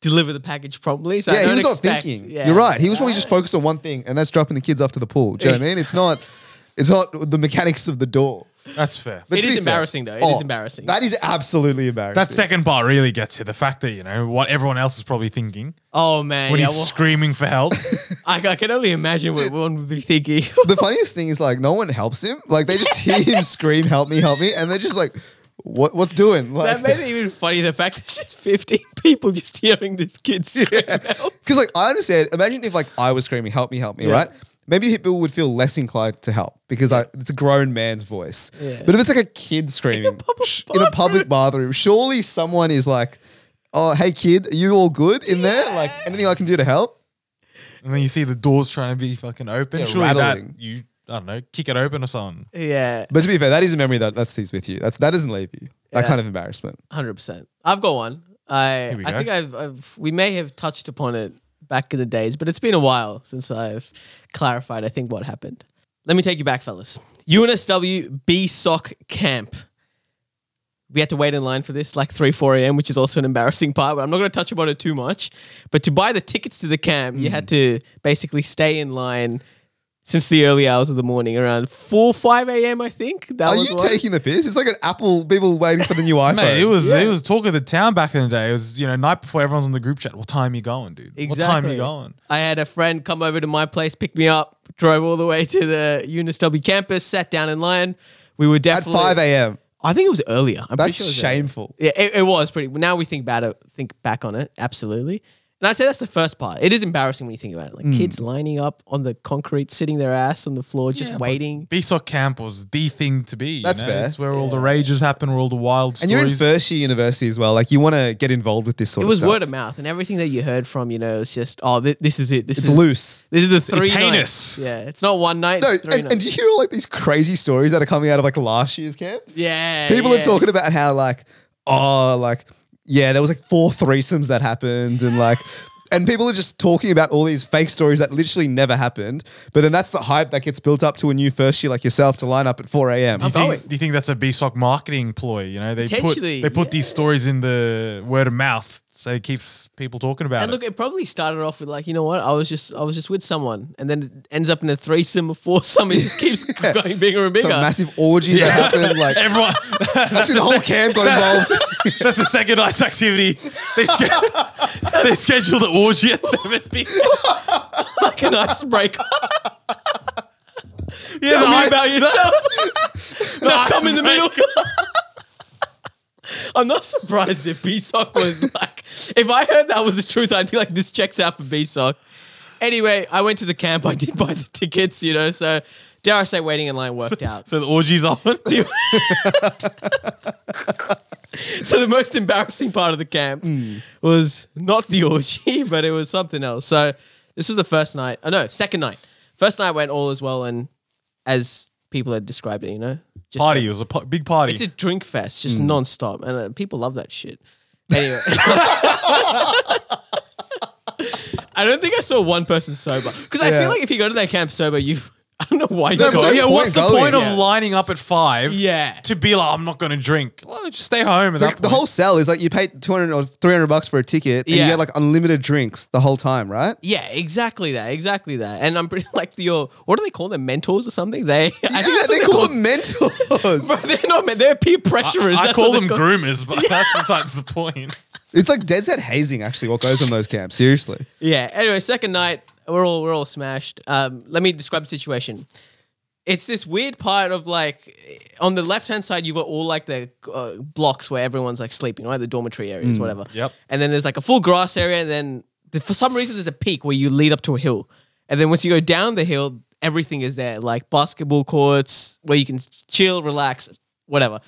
[SPEAKER 1] deliver the package promptly. So I
[SPEAKER 2] Yeah, he
[SPEAKER 1] don't
[SPEAKER 2] was not
[SPEAKER 1] expect-
[SPEAKER 2] thinking.
[SPEAKER 1] yeah.
[SPEAKER 2] You're right. He was probably just focused on one thing, and that's dropping the kids off to the pool. Do you know what I mean? It's not, it's not the mechanics of the door.
[SPEAKER 3] That's fair.
[SPEAKER 2] But
[SPEAKER 1] It
[SPEAKER 2] to
[SPEAKER 1] is
[SPEAKER 2] be fair- oh,
[SPEAKER 1] embarrassing, though. It is embarrassing.
[SPEAKER 2] That is absolutely embarrassing.
[SPEAKER 3] That second part really gets you. The fact that, you know, what everyone else is probably thinking
[SPEAKER 1] Oh man,
[SPEAKER 3] when
[SPEAKER 1] yeah,
[SPEAKER 3] he's
[SPEAKER 1] well,
[SPEAKER 3] screaming for help.
[SPEAKER 1] I, I can only imagine what one would be thinking.
[SPEAKER 2] the funniest thing is like no one helps him. Like they just hear him scream, "Help me, help me!" and they're just like, "What? What's doing?" Like,
[SPEAKER 1] that made it even funny. The fact that it's just 15 people just hearing this kid scream out.
[SPEAKER 2] Because like I understand. Imagine if like I was screaming, "Help me, help me!" Right? Maybe people would feel less inclined to help because like, it's a grown man's voice.
[SPEAKER 1] Yeah.
[SPEAKER 2] But if it's like a kid screaming in a
[SPEAKER 1] public
[SPEAKER 2] in a public bathroom, surely someone is like, "Oh, hey kid, are you all good in there? Like anything I can do to help?"
[SPEAKER 3] and then you see the doors trying to be fucking open.
[SPEAKER 2] Yeah,
[SPEAKER 3] Surely
[SPEAKER 2] rattling.
[SPEAKER 3] that you, I don't know, kick it open or something.
[SPEAKER 1] Yeah,
[SPEAKER 2] But to be fair, that is a memory that that stays with you. That's that doesn't leave you. That
[SPEAKER 1] Yeah.
[SPEAKER 2] kind of embarrassment.
[SPEAKER 1] hundred percent. I've got one. I
[SPEAKER 3] we
[SPEAKER 1] I
[SPEAKER 3] go.
[SPEAKER 1] think I've, I've we may have touched upon it back in the days, but it's been a while since I've clarified. I think what happened. Let me take you back, fellas. UNSW B Sock Camp. We had to wait in line for this like 3, 4 a.m., which is also an embarrassing part, but I'm not going to touch upon it too much. But to buy the tickets to the camp, you had
[SPEAKER 3] Mm.
[SPEAKER 1] to basically stay in line since the early hours of the morning, around 4, 5 a.m., I think. That
[SPEAKER 2] Are
[SPEAKER 1] was
[SPEAKER 2] you
[SPEAKER 1] one.
[SPEAKER 2] taking the piss? It's like an Apple people waiting for the new iPhone.
[SPEAKER 3] Mate, it was it was talk of the town back in the day. It was you know night before everyone's on the group chat. What time you going, dude? What time you going?
[SPEAKER 1] I had a friend come over to my place, pick me up, drove all the way to the UNSW campus, sat down in line. We were
[SPEAKER 2] at
[SPEAKER 1] definitely
[SPEAKER 2] five a.m.
[SPEAKER 1] I think it was earlier. I'm pretty
[SPEAKER 2] That's
[SPEAKER 1] sure it was earlier.
[SPEAKER 2] shameful.
[SPEAKER 1] Yeah, it, it was pretty. Now we think about it, think back on it, absolutely. And I'd say that's the first part. It is embarrassing when you think about it. Like
[SPEAKER 2] Mm.
[SPEAKER 1] kids lining up on the concrete, sitting their ass on the floor, just waiting.
[SPEAKER 3] BSOC camp was the thing to be. you
[SPEAKER 2] That's
[SPEAKER 3] know?
[SPEAKER 2] fair.
[SPEAKER 3] It's where all the rages happen, where all the wild
[SPEAKER 2] And
[SPEAKER 3] stories.
[SPEAKER 2] you're in first year university as well. Like you want to get involved with this sort
[SPEAKER 1] It
[SPEAKER 2] of
[SPEAKER 1] was
[SPEAKER 2] stuff.
[SPEAKER 1] word of mouth, and everything that you heard from, you know, it's just, oh, thi- this is it. This
[SPEAKER 2] It's
[SPEAKER 1] is
[SPEAKER 2] loose.
[SPEAKER 1] This is the three.
[SPEAKER 3] it's
[SPEAKER 1] nights.
[SPEAKER 3] heinous.
[SPEAKER 1] Yeah, it's not one night.
[SPEAKER 2] No,
[SPEAKER 1] it's three
[SPEAKER 2] and, and
[SPEAKER 1] nights.
[SPEAKER 2] do you hear all like these crazy stories that are coming out of like last year's camp?
[SPEAKER 1] yeah,
[SPEAKER 2] People are
[SPEAKER 1] yeah.
[SPEAKER 2] talking about how like, oh, like yeah, there was like four threesomes that happened, and like, and people are just talking about all these fake stories that literally never happened. But then that's the hype that gets built up to a new first year like yourself to line up at four a.m.
[SPEAKER 3] Do you,
[SPEAKER 1] going.
[SPEAKER 3] think, do you think that's a BSOC marketing ploy? You know, they put
[SPEAKER 1] Potentially,
[SPEAKER 3] they put
[SPEAKER 1] yeah.
[SPEAKER 3] these stories in the word of mouth, so it keeps people talking about
[SPEAKER 1] And
[SPEAKER 3] it.
[SPEAKER 1] look, it probably started off with like, you know what? I was just, I was just with someone, and then it ends up in a threesome or foursome. It just keeps going bigger and
[SPEAKER 2] Some
[SPEAKER 1] bigger.
[SPEAKER 2] massive orgy that happened. Like
[SPEAKER 3] Everyone,
[SPEAKER 2] actually, the whole camp got involved.
[SPEAKER 3] that's the second night's activity. They, sch- they scheduled the orgy at seven p.m.
[SPEAKER 1] like an icebreaker.
[SPEAKER 3] Yeah,
[SPEAKER 1] Tell
[SPEAKER 3] the
[SPEAKER 1] me
[SPEAKER 3] hype-
[SPEAKER 1] about yourself.
[SPEAKER 3] the
[SPEAKER 1] Come in the
[SPEAKER 3] icebreaker.
[SPEAKER 1] middle. I'm not surprised if BSOC was like, if I heard that was the truth, I'd be like, this checks out for BSOC. Anyway, I went to the camp. I did buy the tickets, you know. So, dare I say, waiting in line worked out.
[SPEAKER 3] So the orgy's on.
[SPEAKER 1] So the most embarrassing part of the camp
[SPEAKER 2] Hmm.
[SPEAKER 1] was not the orgy, but it was something else. So this was the first night. Oh no, second night. First night went all as well, and as people had described it, you know, just
[SPEAKER 3] party. It was a pa- big party.
[SPEAKER 1] It's a drink fest, just
[SPEAKER 2] Hmm.
[SPEAKER 1] nonstop, and uh, people love that shit. Anyway. I don't think I saw one person sober because I
[SPEAKER 2] Yeah.
[SPEAKER 1] feel like if you go to that camp sober, you I don't know why you
[SPEAKER 2] No,
[SPEAKER 1] go.
[SPEAKER 2] but-
[SPEAKER 3] yeah,
[SPEAKER 2] point
[SPEAKER 3] what's the
[SPEAKER 2] going.
[SPEAKER 3] point of
[SPEAKER 1] Yeah.
[SPEAKER 3] lining up at five?
[SPEAKER 1] Yeah.
[SPEAKER 3] To be like, I'm not going to drink. Well, just stay home.
[SPEAKER 2] The,
[SPEAKER 3] At that
[SPEAKER 2] the
[SPEAKER 3] point.
[SPEAKER 2] whole sell is like you paid 200 or 300 bucks for a ticket and you
[SPEAKER 1] Yeah.
[SPEAKER 2] get like unlimited drinks the whole time, right?
[SPEAKER 1] Yeah, exactly that, exactly that. And I'm pretty like your what do they call them mentors or something? They I
[SPEAKER 2] yeah,
[SPEAKER 1] think that's
[SPEAKER 2] they
[SPEAKER 1] what
[SPEAKER 2] call them mentors.
[SPEAKER 1] Bro, they're not men- they're peer pressurers.
[SPEAKER 3] I
[SPEAKER 1] That's
[SPEAKER 3] call
[SPEAKER 1] what
[SPEAKER 3] them
[SPEAKER 1] they're called.
[SPEAKER 3] groomers, but that's besides the point.
[SPEAKER 2] it's like dead set hazing, actually, what goes on those camps. Seriously.
[SPEAKER 1] Yeah. Anyway, second night we're all we're all smashed. Um, let me describe the situation. It's this weird part of like on the left hand side you've got all like the uh, blocks where everyone's like sleeping, right? The dormitory areas, whatever.
[SPEAKER 3] Mm. Yep.
[SPEAKER 1] And then there's like a full grass area, and then the, for some reason there's a peak where you lead up to a hill, and then once you go down the hill, everything is there, like basketball courts where you can chill, relax, whatever.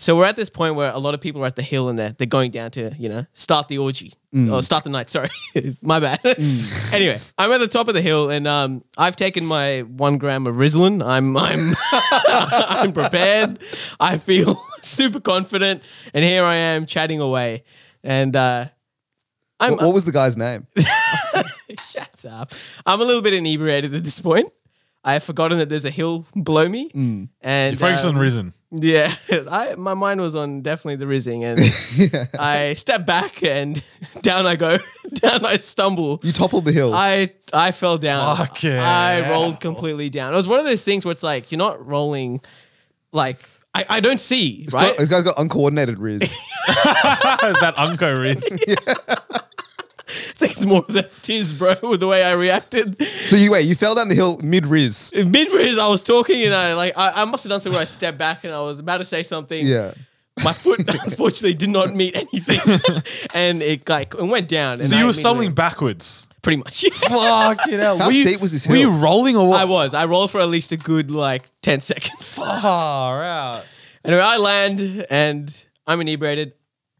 [SPEAKER 1] So we're at this point where a lot of people are at the hill and they're they're going down to you know start the orgy or start the night. Sorry, my bad. anyway, I'm at the top of the hill and um, I've taken my one gram of Ritalin. I'm I'm I'm prepared. I feel super confident, and here I am chatting away. And uh, I'm
[SPEAKER 2] What, what was the guy's name?
[SPEAKER 1] shut up. I'm a little bit inebriated at this point. I have forgotten that there's a hill below me, and
[SPEAKER 3] You focus
[SPEAKER 1] uh,
[SPEAKER 3] on Risen.
[SPEAKER 1] yeah, I my mind was on definitely the rizzing, and I step back and down I go, down I stumble.
[SPEAKER 2] You toppled the hill.
[SPEAKER 1] I I fell down.
[SPEAKER 3] Fuck yeah.
[SPEAKER 1] I rolled completely down. It was one of those things where it's like you're not rolling, like I, I don't see
[SPEAKER 2] This guy-
[SPEAKER 1] right.
[SPEAKER 2] this guy's got uncoordinated Riz.
[SPEAKER 3] that Unco Riz.
[SPEAKER 1] I think it's more of that tiz, bro, with the way I reacted.
[SPEAKER 2] so you wait, you fell down the hill mid Riz.
[SPEAKER 1] Mid riz, I was talking and I like I, I must have done something where I stepped back and I was about to say something.
[SPEAKER 2] Yeah.
[SPEAKER 1] My foot unfortunately did not meet anything, and it like it went down. and
[SPEAKER 3] So
[SPEAKER 1] I
[SPEAKER 3] you were
[SPEAKER 1] immediately-
[SPEAKER 3] stumbling backwards.
[SPEAKER 1] pretty much. Yeah.
[SPEAKER 3] Fuck you know.
[SPEAKER 2] How
[SPEAKER 3] were you-
[SPEAKER 2] steep was this
[SPEAKER 3] Were you
[SPEAKER 2] hill?
[SPEAKER 3] rolling or what?
[SPEAKER 1] I was. I rolled for at least a good like 10 seconds.
[SPEAKER 3] Far out.
[SPEAKER 1] Anyway, I land and I'm inebriated.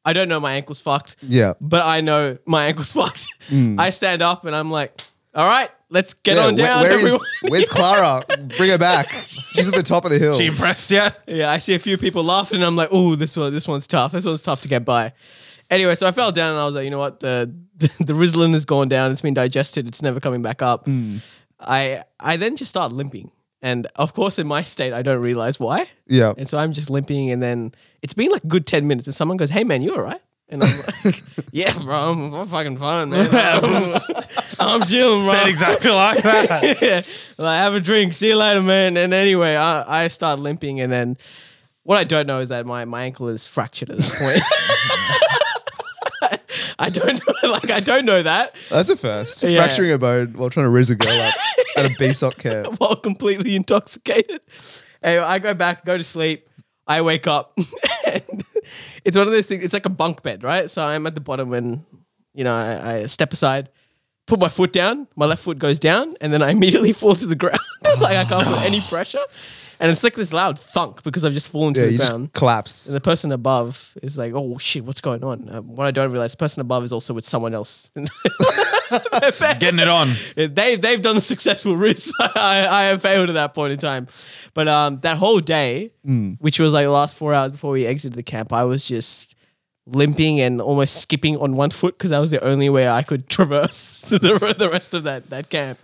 [SPEAKER 1] I don't know my ankle's fucked.
[SPEAKER 2] Yeah. Mm.
[SPEAKER 1] But I know my ankle's fucked. I stand up and I'm like, all right, let's get
[SPEAKER 2] Yeah,
[SPEAKER 1] on
[SPEAKER 2] where-
[SPEAKER 1] down,
[SPEAKER 2] where is-
[SPEAKER 1] everyone.
[SPEAKER 2] where's Clara? Bring her back. She's at the top of the hill.
[SPEAKER 3] She impressed yet?
[SPEAKER 1] yeah, I see a few people laughing and I'm like, oh, this one, this one's tough. This one's tough to get by. Anyway, so I fell down and I was like, you know what? The the, Ritalin has gone down. It's been digested. It's never coming back up. I I then just start limping. And of course, in my state, I don't realize why.
[SPEAKER 2] yeah.
[SPEAKER 1] And so I'm just limping, and then it's been like a good 10 minutes, and someone goes, Hey, man, you all right? And I'm like, Yeah, bro, I'm, I'm fucking fine, man. I'm, I'm chilling, bro.
[SPEAKER 3] Said exactly like that.
[SPEAKER 1] yeah. Like, have a drink. See you later, man. And anyway, I, I start limping, and then what I don't know is that my, my ankle is fractured at this point. I don't know, like I don't know that
[SPEAKER 2] That's a first.
[SPEAKER 1] Yeah.
[SPEAKER 2] Fracturing a bone while trying to Riz a girl up at a BSOC camp.
[SPEAKER 1] while completely intoxicated. Anyway, I go back, go to sleep. I wake up. and it's one of those things. It's like a bunk bed, right? So I'm at the bottom and, you know, I, I step aside, put my foot down. My left foot goes down, and then I immediately fall to the ground. like I can't put any pressure. And it's like this loud thunk because I've just fallen to
[SPEAKER 2] Yeah,
[SPEAKER 1] the
[SPEAKER 2] you
[SPEAKER 1] ground.
[SPEAKER 2] just collapse.
[SPEAKER 1] And the person above is like, oh shit, what's going on? Um, what I don't realize, the person above is also with someone else.
[SPEAKER 3] Getting it on.
[SPEAKER 1] they they've done the successful route. I, I have failed at that point in time. But um, that whole day,
[SPEAKER 3] Hmm.
[SPEAKER 1] which was like the last four hours before we exited the camp, I was just limping and almost skipping on one foot because that was the only way I could traverse the, the rest of that that camp.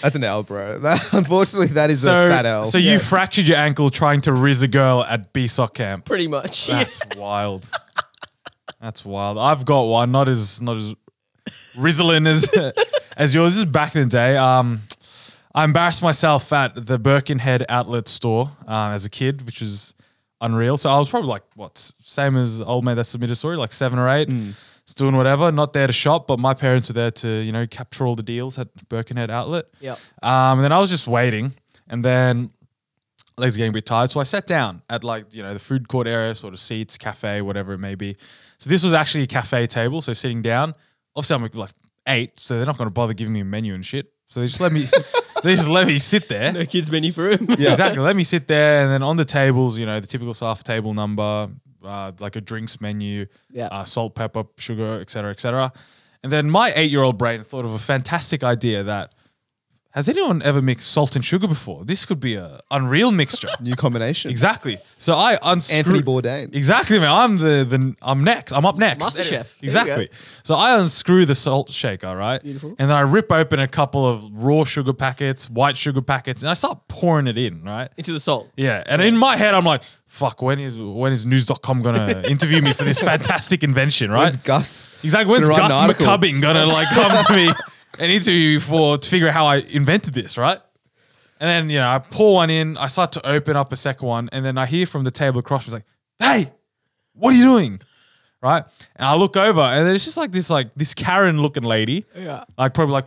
[SPEAKER 2] That's an L, bro. That, unfortunately, that is a fat
[SPEAKER 3] So,
[SPEAKER 2] L.
[SPEAKER 3] so you fractured your ankle trying to riz a girl at BSOC camp.
[SPEAKER 1] Pretty much. Yeah.
[SPEAKER 3] That's wild. That's wild. I've got one. Not as not as rizzling as as yours. This is back in the day. Um, I embarrassed myself at the Birkenhead outlet store um, as a kid, which was unreal. So I was probably like what s- same as old mate that submitted a story, like seven or eight. It's doing whatever. Not there to shop, but my parents are there to you know capture all the deals at Birkenhead outlet.
[SPEAKER 1] Yep.
[SPEAKER 3] Um, and then I was just waiting, and then legs are getting a bit tired. So I sat down at like, you know, the food court area, sort of seats, cafe, whatever it may be. So this was actually a cafe table. So sitting down, obviously I'm like eight, so they're not going to bother giving me a menu and shit. So they just let me, they just let me sit there.
[SPEAKER 1] No kids menu for him.
[SPEAKER 3] Exactly. Let me sit there, and then on the tables, you know, the typical staff table number, uh, like a drinks menu,
[SPEAKER 1] Yeah.
[SPEAKER 3] uh, salt, pepper, sugar, etc., etc. And then my eight-year-old brain thought of a fantastic idea that has anyone ever mixed salt and sugar before? This could be a unreal mixture.
[SPEAKER 2] New combination.
[SPEAKER 3] exactly. So I unscrewed.
[SPEAKER 2] Anthony Bourdain.
[SPEAKER 3] Exactly, man. I'm the, the I'm next. I'm up next.
[SPEAKER 1] Master chef. There you
[SPEAKER 3] Exactly. So I unscrew the salt shaker, right?
[SPEAKER 1] Beautiful.
[SPEAKER 3] And then I rip open a couple of raw sugar packets, white sugar packets, and I start pouring it in, right?
[SPEAKER 1] Into the salt.
[SPEAKER 3] Yeah. And in my head, I'm like, fuck, when is when is news.com gonna interview me for this fantastic invention, right?
[SPEAKER 2] Where's Gus?
[SPEAKER 3] Exactly. When's
[SPEAKER 2] Gonna write
[SPEAKER 3] Gus
[SPEAKER 2] an article.
[SPEAKER 3] McCubbin gonna like come to me and interview me for to figure out how I invented this, right? And then you know, I pour one in, I start to open up a second one, and then I hear from the table across me, it's like, "Hey, what are you doing?" Right? And I look over, and it's just like this, like this Karen-looking lady,
[SPEAKER 1] Yeah.
[SPEAKER 3] like probably like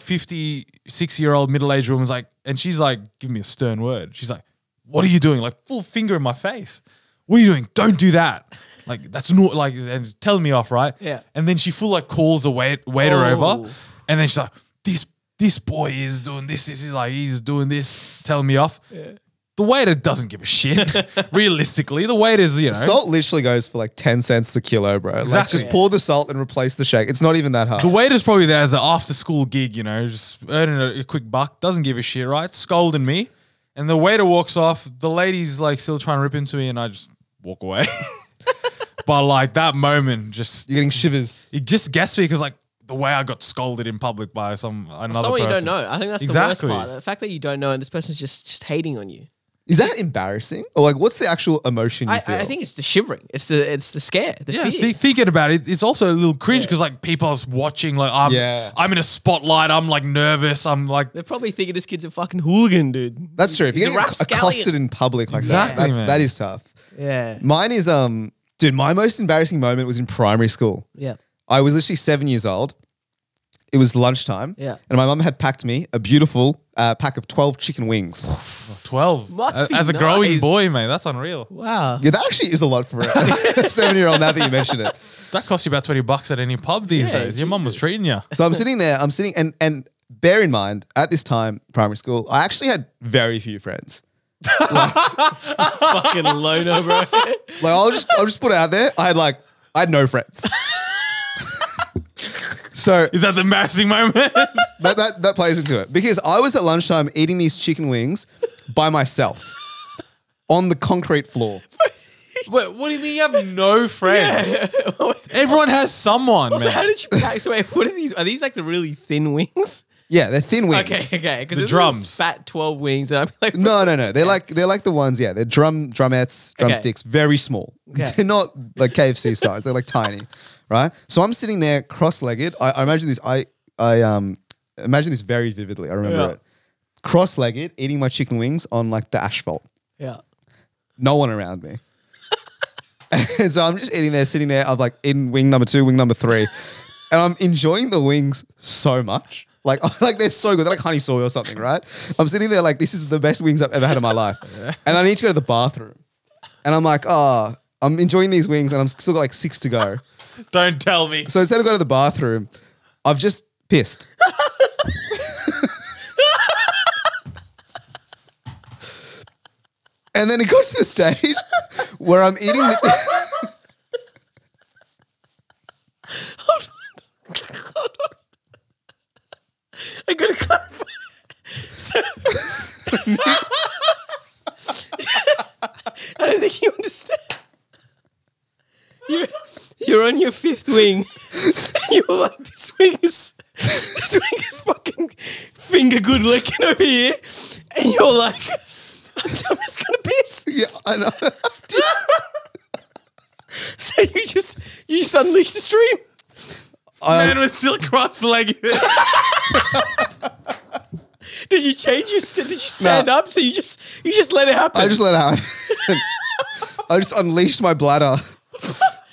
[SPEAKER 3] 56-year-old middle-aged woman's like, and she's like, give me a stern word. She's like, "What are you doing?" Like full finger in my face. What are you doing? Don't do that. Like that's not like and telling me off, right?
[SPEAKER 1] Yeah.
[SPEAKER 3] And then she full like calls a wait, waiter
[SPEAKER 1] Oh.
[SPEAKER 3] over, and then she's like, "This this boy is doing this. This is like he's doing this, telling me off." The waiter doesn't give a shit. Realistically, the waiter's you know
[SPEAKER 2] Salt literally goes for like 10 cents the kilo, bro. Like,
[SPEAKER 3] Exactly.
[SPEAKER 2] just pour the salt and replace the shake. It's not even that hard.
[SPEAKER 3] the waiter's probably there as an after school gig, you know, just earning a, a quick buck. Doesn't give a shit, right? Scolding me, and the waiter walks off. The lady's like still trying to rip into me, and I just walk away. but like that moment, just
[SPEAKER 2] You're getting shivers.
[SPEAKER 3] it just gets me because like the the way I got scolded in public by some another
[SPEAKER 1] Someone
[SPEAKER 3] person.
[SPEAKER 1] you don't know. I think that's
[SPEAKER 3] Exactly.
[SPEAKER 1] the worst part. The fact that you don't know and this person's just just hating on you.
[SPEAKER 2] Is that embarrassing? Or like, what's the actual emotion you
[SPEAKER 1] I,
[SPEAKER 2] feel?
[SPEAKER 1] I I think it's the shivering. It's the it's the scare. The
[SPEAKER 3] Yeah,
[SPEAKER 1] fear.
[SPEAKER 3] th- thinking about it, it's also a little cringe because like people are watching. Like I'm,
[SPEAKER 2] Yeah.
[SPEAKER 3] I'm in a spotlight. I'm like nervous. I'm like,
[SPEAKER 1] They're probably thinking this kid's a fucking hooligan, dude.
[SPEAKER 2] that's true. If you're
[SPEAKER 1] He's a
[SPEAKER 2] getting
[SPEAKER 1] rapscallion.
[SPEAKER 2] accosted in public like
[SPEAKER 3] Exactly,
[SPEAKER 2] that, that's,
[SPEAKER 3] man.
[SPEAKER 2] that is tough.
[SPEAKER 1] Yeah.
[SPEAKER 2] Mine is um, dude. My most embarrassing moment was in primary school.
[SPEAKER 1] Yeah.
[SPEAKER 2] I was literally seven years old. It was lunchtime.
[SPEAKER 1] Yeah.
[SPEAKER 2] And my mum had packed me a beautiful uh, pack of 12 chicken wings.
[SPEAKER 3] twelve
[SPEAKER 1] Must
[SPEAKER 3] A-
[SPEAKER 1] be
[SPEAKER 3] as a growing
[SPEAKER 1] nice.
[SPEAKER 3] boy, mate. That's unreal.
[SPEAKER 1] Wow.
[SPEAKER 2] Yeah, that actually is a lot for a seven year old now that you mention it.
[SPEAKER 3] That costs you about twenty bucks at any pub these
[SPEAKER 1] Yeah,
[SPEAKER 3] days. Your mum was treating you.
[SPEAKER 2] So I'm sitting there, I'm sitting, and, and bear in mind, at this time, primary school, I actually had very few friends.
[SPEAKER 1] fucking loner, bro.
[SPEAKER 2] Like I'll just I'll just put it out there. I had like I had no friends. so
[SPEAKER 3] Is that the embarrassing moment?
[SPEAKER 2] that, that that plays into it because I was at lunchtime eating these chicken wings by myself on the concrete floor.
[SPEAKER 3] Wait, what do you mean you have no friends? Everyone has someone,
[SPEAKER 1] How
[SPEAKER 3] man.
[SPEAKER 1] did you pack? So wait, what are these? Are these like the really thin wings?
[SPEAKER 2] Yeah, they're thin wings.
[SPEAKER 1] Okay, okay. Because
[SPEAKER 3] The drums.
[SPEAKER 1] fat twelve wings, and I'm like,
[SPEAKER 2] No, no, no. They're like they're like the ones. Yeah, they're drum drumettes, drumsticks, very small.
[SPEAKER 1] Okay.
[SPEAKER 2] They're not like KFC size. They're like tiny, right? So I'm sitting there cross-legged. I, I imagine this. I I um imagine this very vividly. I remember
[SPEAKER 1] Yeah.
[SPEAKER 2] it. Cross-legged, eating my chicken wings on like the asphalt.
[SPEAKER 1] yeah.
[SPEAKER 2] no one around me. and so I'm just eating there, sitting there. I'm like in wing number two, wing number three, and I'm enjoying the wings so much. Like, like they're so good. They're like honey soy or something, right? I'm sitting there like this is the best wings I've ever had in my life, and I need to go to the bathroom. And I'm like, ah, I'm enjoying these wings, and I'm still got like six to go.
[SPEAKER 3] Don't tell me.
[SPEAKER 2] So instead of going to the bathroom, I've just pissed. and then it got to the stage where I'm eating the.
[SPEAKER 1] I gotta clarify. So, I don't think you understand. You're, you're on your fifth wing. You're like, this wing is this wing is fucking finger good looking over here, and you're like, I'm just gonna piss.
[SPEAKER 2] Yeah, I know.
[SPEAKER 1] So you just you just unleash the stream.
[SPEAKER 3] man was still cross-legged.
[SPEAKER 1] Did you change your? St- did you stand
[SPEAKER 2] Nah.
[SPEAKER 1] up? So you just you just let it happen.
[SPEAKER 2] I just let it happen. I just unleashed my bladder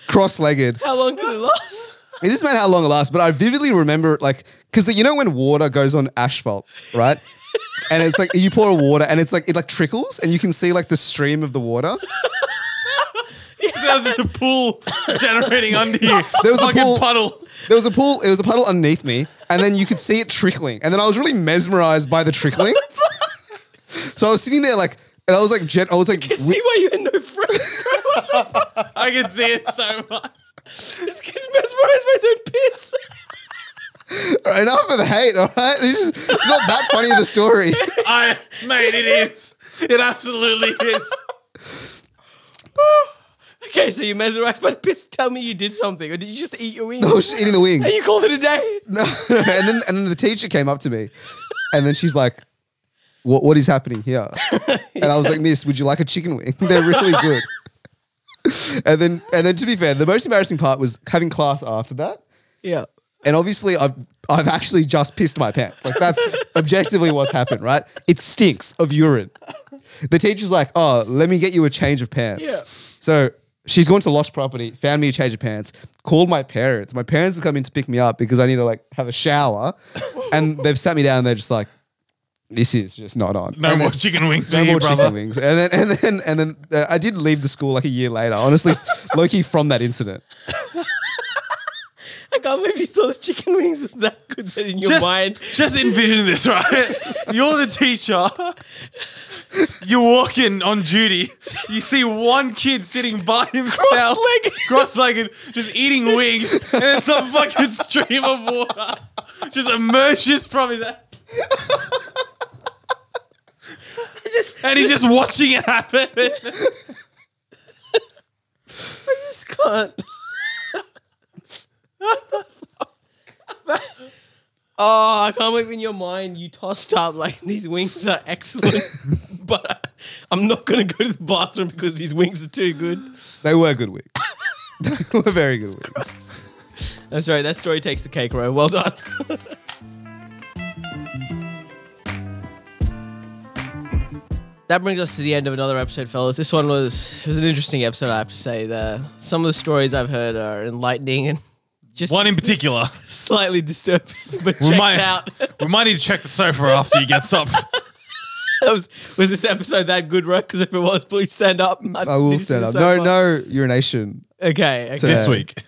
[SPEAKER 2] cross legged.
[SPEAKER 1] How long did it last?
[SPEAKER 2] It doesn't matter how long it lasts, but I vividly remember it like because you know when water goes on asphalt, right? And it's like you pour water and it's like it like trickles and you can see like the stream of the water.
[SPEAKER 3] there was just a pool generating under you.
[SPEAKER 2] There was a
[SPEAKER 3] Fucking
[SPEAKER 2] pool-
[SPEAKER 3] puddle.
[SPEAKER 2] There was a pool. It was a puddle underneath me, and then you could see it trickling. And then I was really mesmerized by the trickling. so I was sitting there like, and I was like, gen- I was like,
[SPEAKER 1] You
[SPEAKER 2] wi-
[SPEAKER 1] see why you had no friends?
[SPEAKER 3] I can see it so much.
[SPEAKER 1] This kid's mesmerized by his own piss.
[SPEAKER 2] enough of the hate. All right, this is it's not that funny of a story.
[SPEAKER 3] I mate, it is. It absolutely is.
[SPEAKER 1] Okay, so you're mesmerized by the piss. Tell me you did something, or did you just eat your wings?
[SPEAKER 2] I was just eating the wings.
[SPEAKER 1] and you called it a day.
[SPEAKER 2] No, and then and then the teacher came up to me, and then she's like, "What what is happening here?" And I was like, "Miss, would you like a chicken wing? They're really good." and then and then to be fair, the most embarrassing part was having class after that.
[SPEAKER 1] Yeah.
[SPEAKER 2] And obviously, I've I've actually just pissed my pants. Like that's objectively what's happened, right? It stinks of urine. The teacher's like, "Oh, let me get you a change of pants."
[SPEAKER 1] Yeah.
[SPEAKER 2] So she's gone to lost property, found me a change of pants, called my parents. My parents have come in to pick me up because I need to like have a shower, and they've sat me down. They're just like, "This is just not on."
[SPEAKER 3] No
[SPEAKER 2] And
[SPEAKER 3] more
[SPEAKER 2] then-
[SPEAKER 3] chicken wings,
[SPEAKER 2] no
[SPEAKER 3] for you,
[SPEAKER 2] more
[SPEAKER 3] brother.
[SPEAKER 2] chicken wings. And then and then and then uh, I did leave the school like a year later. Honestly, Loki from that incident.
[SPEAKER 1] I can't believe you thought the chicken wings were that good that in your
[SPEAKER 3] just,
[SPEAKER 1] mind.
[SPEAKER 3] just envision this, right? You're the teacher. You're walking on duty. You see one kid sitting by himself,
[SPEAKER 1] Cross-legged.
[SPEAKER 3] cross-legged, just eating wings, and then some fucking stream of water just emerges from his. and he's just watching it happen.
[SPEAKER 1] I just can't. Oh, I can't believe in your mind you tossed up like these wings are excellent, but I'm not gonna go to the bathroom because these wings are too good.
[SPEAKER 2] They were good weeks. they were very good weeks.
[SPEAKER 1] That's right. That story takes the cake, Ro. Well done. that brings us to the end of another episode, fellas. This one was was an interesting episode, I have to say. The, some of the stories I've heard are enlightening and just
[SPEAKER 3] One in particular.
[SPEAKER 1] slightly disturbing, but
[SPEAKER 3] We
[SPEAKER 1] checked
[SPEAKER 3] might,
[SPEAKER 1] out.
[SPEAKER 3] we might need to check the sofa after you gets up.
[SPEAKER 1] That was, was this episode that good, Ro? Because if it was, please stand up.
[SPEAKER 2] I will stand up. No, no urination.
[SPEAKER 1] Okay. okay.
[SPEAKER 3] this
[SPEAKER 2] Yeah.
[SPEAKER 3] week.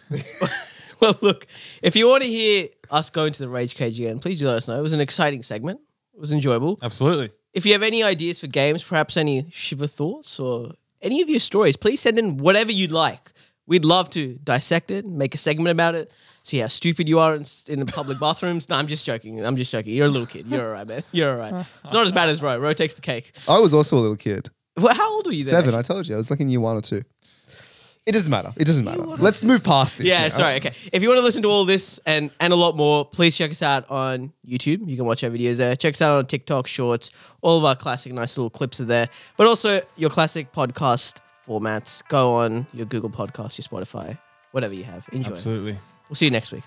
[SPEAKER 1] well, look, if you want to hear us go into the Rage Cage again, please do let us know. It was an exciting segment. It was enjoyable.
[SPEAKER 3] Absolutely.
[SPEAKER 1] If you have any ideas for games, perhaps any shiver thoughts or any of your stories, please send in whatever you'd like. We'd love to dissect it, make a segment about it, see how stupid you are in, in the public bathrooms. No, I'm just joking. I'm just joking. You're a little kid. You're all right, man. You're all right. It's not as bad as Ro. Ro takes the cake.
[SPEAKER 2] I was also a little kid.
[SPEAKER 1] Well, how old were you then?
[SPEAKER 2] Seven,
[SPEAKER 1] actually?
[SPEAKER 2] I told you. I was like in year one or two. It doesn't matter. It doesn't matter. Let's move past this.
[SPEAKER 1] Yeah,
[SPEAKER 2] now.
[SPEAKER 1] sorry. Okay. If you want to listen to all this and, and a lot more, please check us out on YouTube. You can watch our videos there. Check us out on TikTok, Shorts. All of our classic, nice little clips are there. But also your classic podcast formats. Go on your Google Podcasts, your Spotify, whatever you have. Enjoy.
[SPEAKER 3] Absolutely.
[SPEAKER 1] We'll see you next week.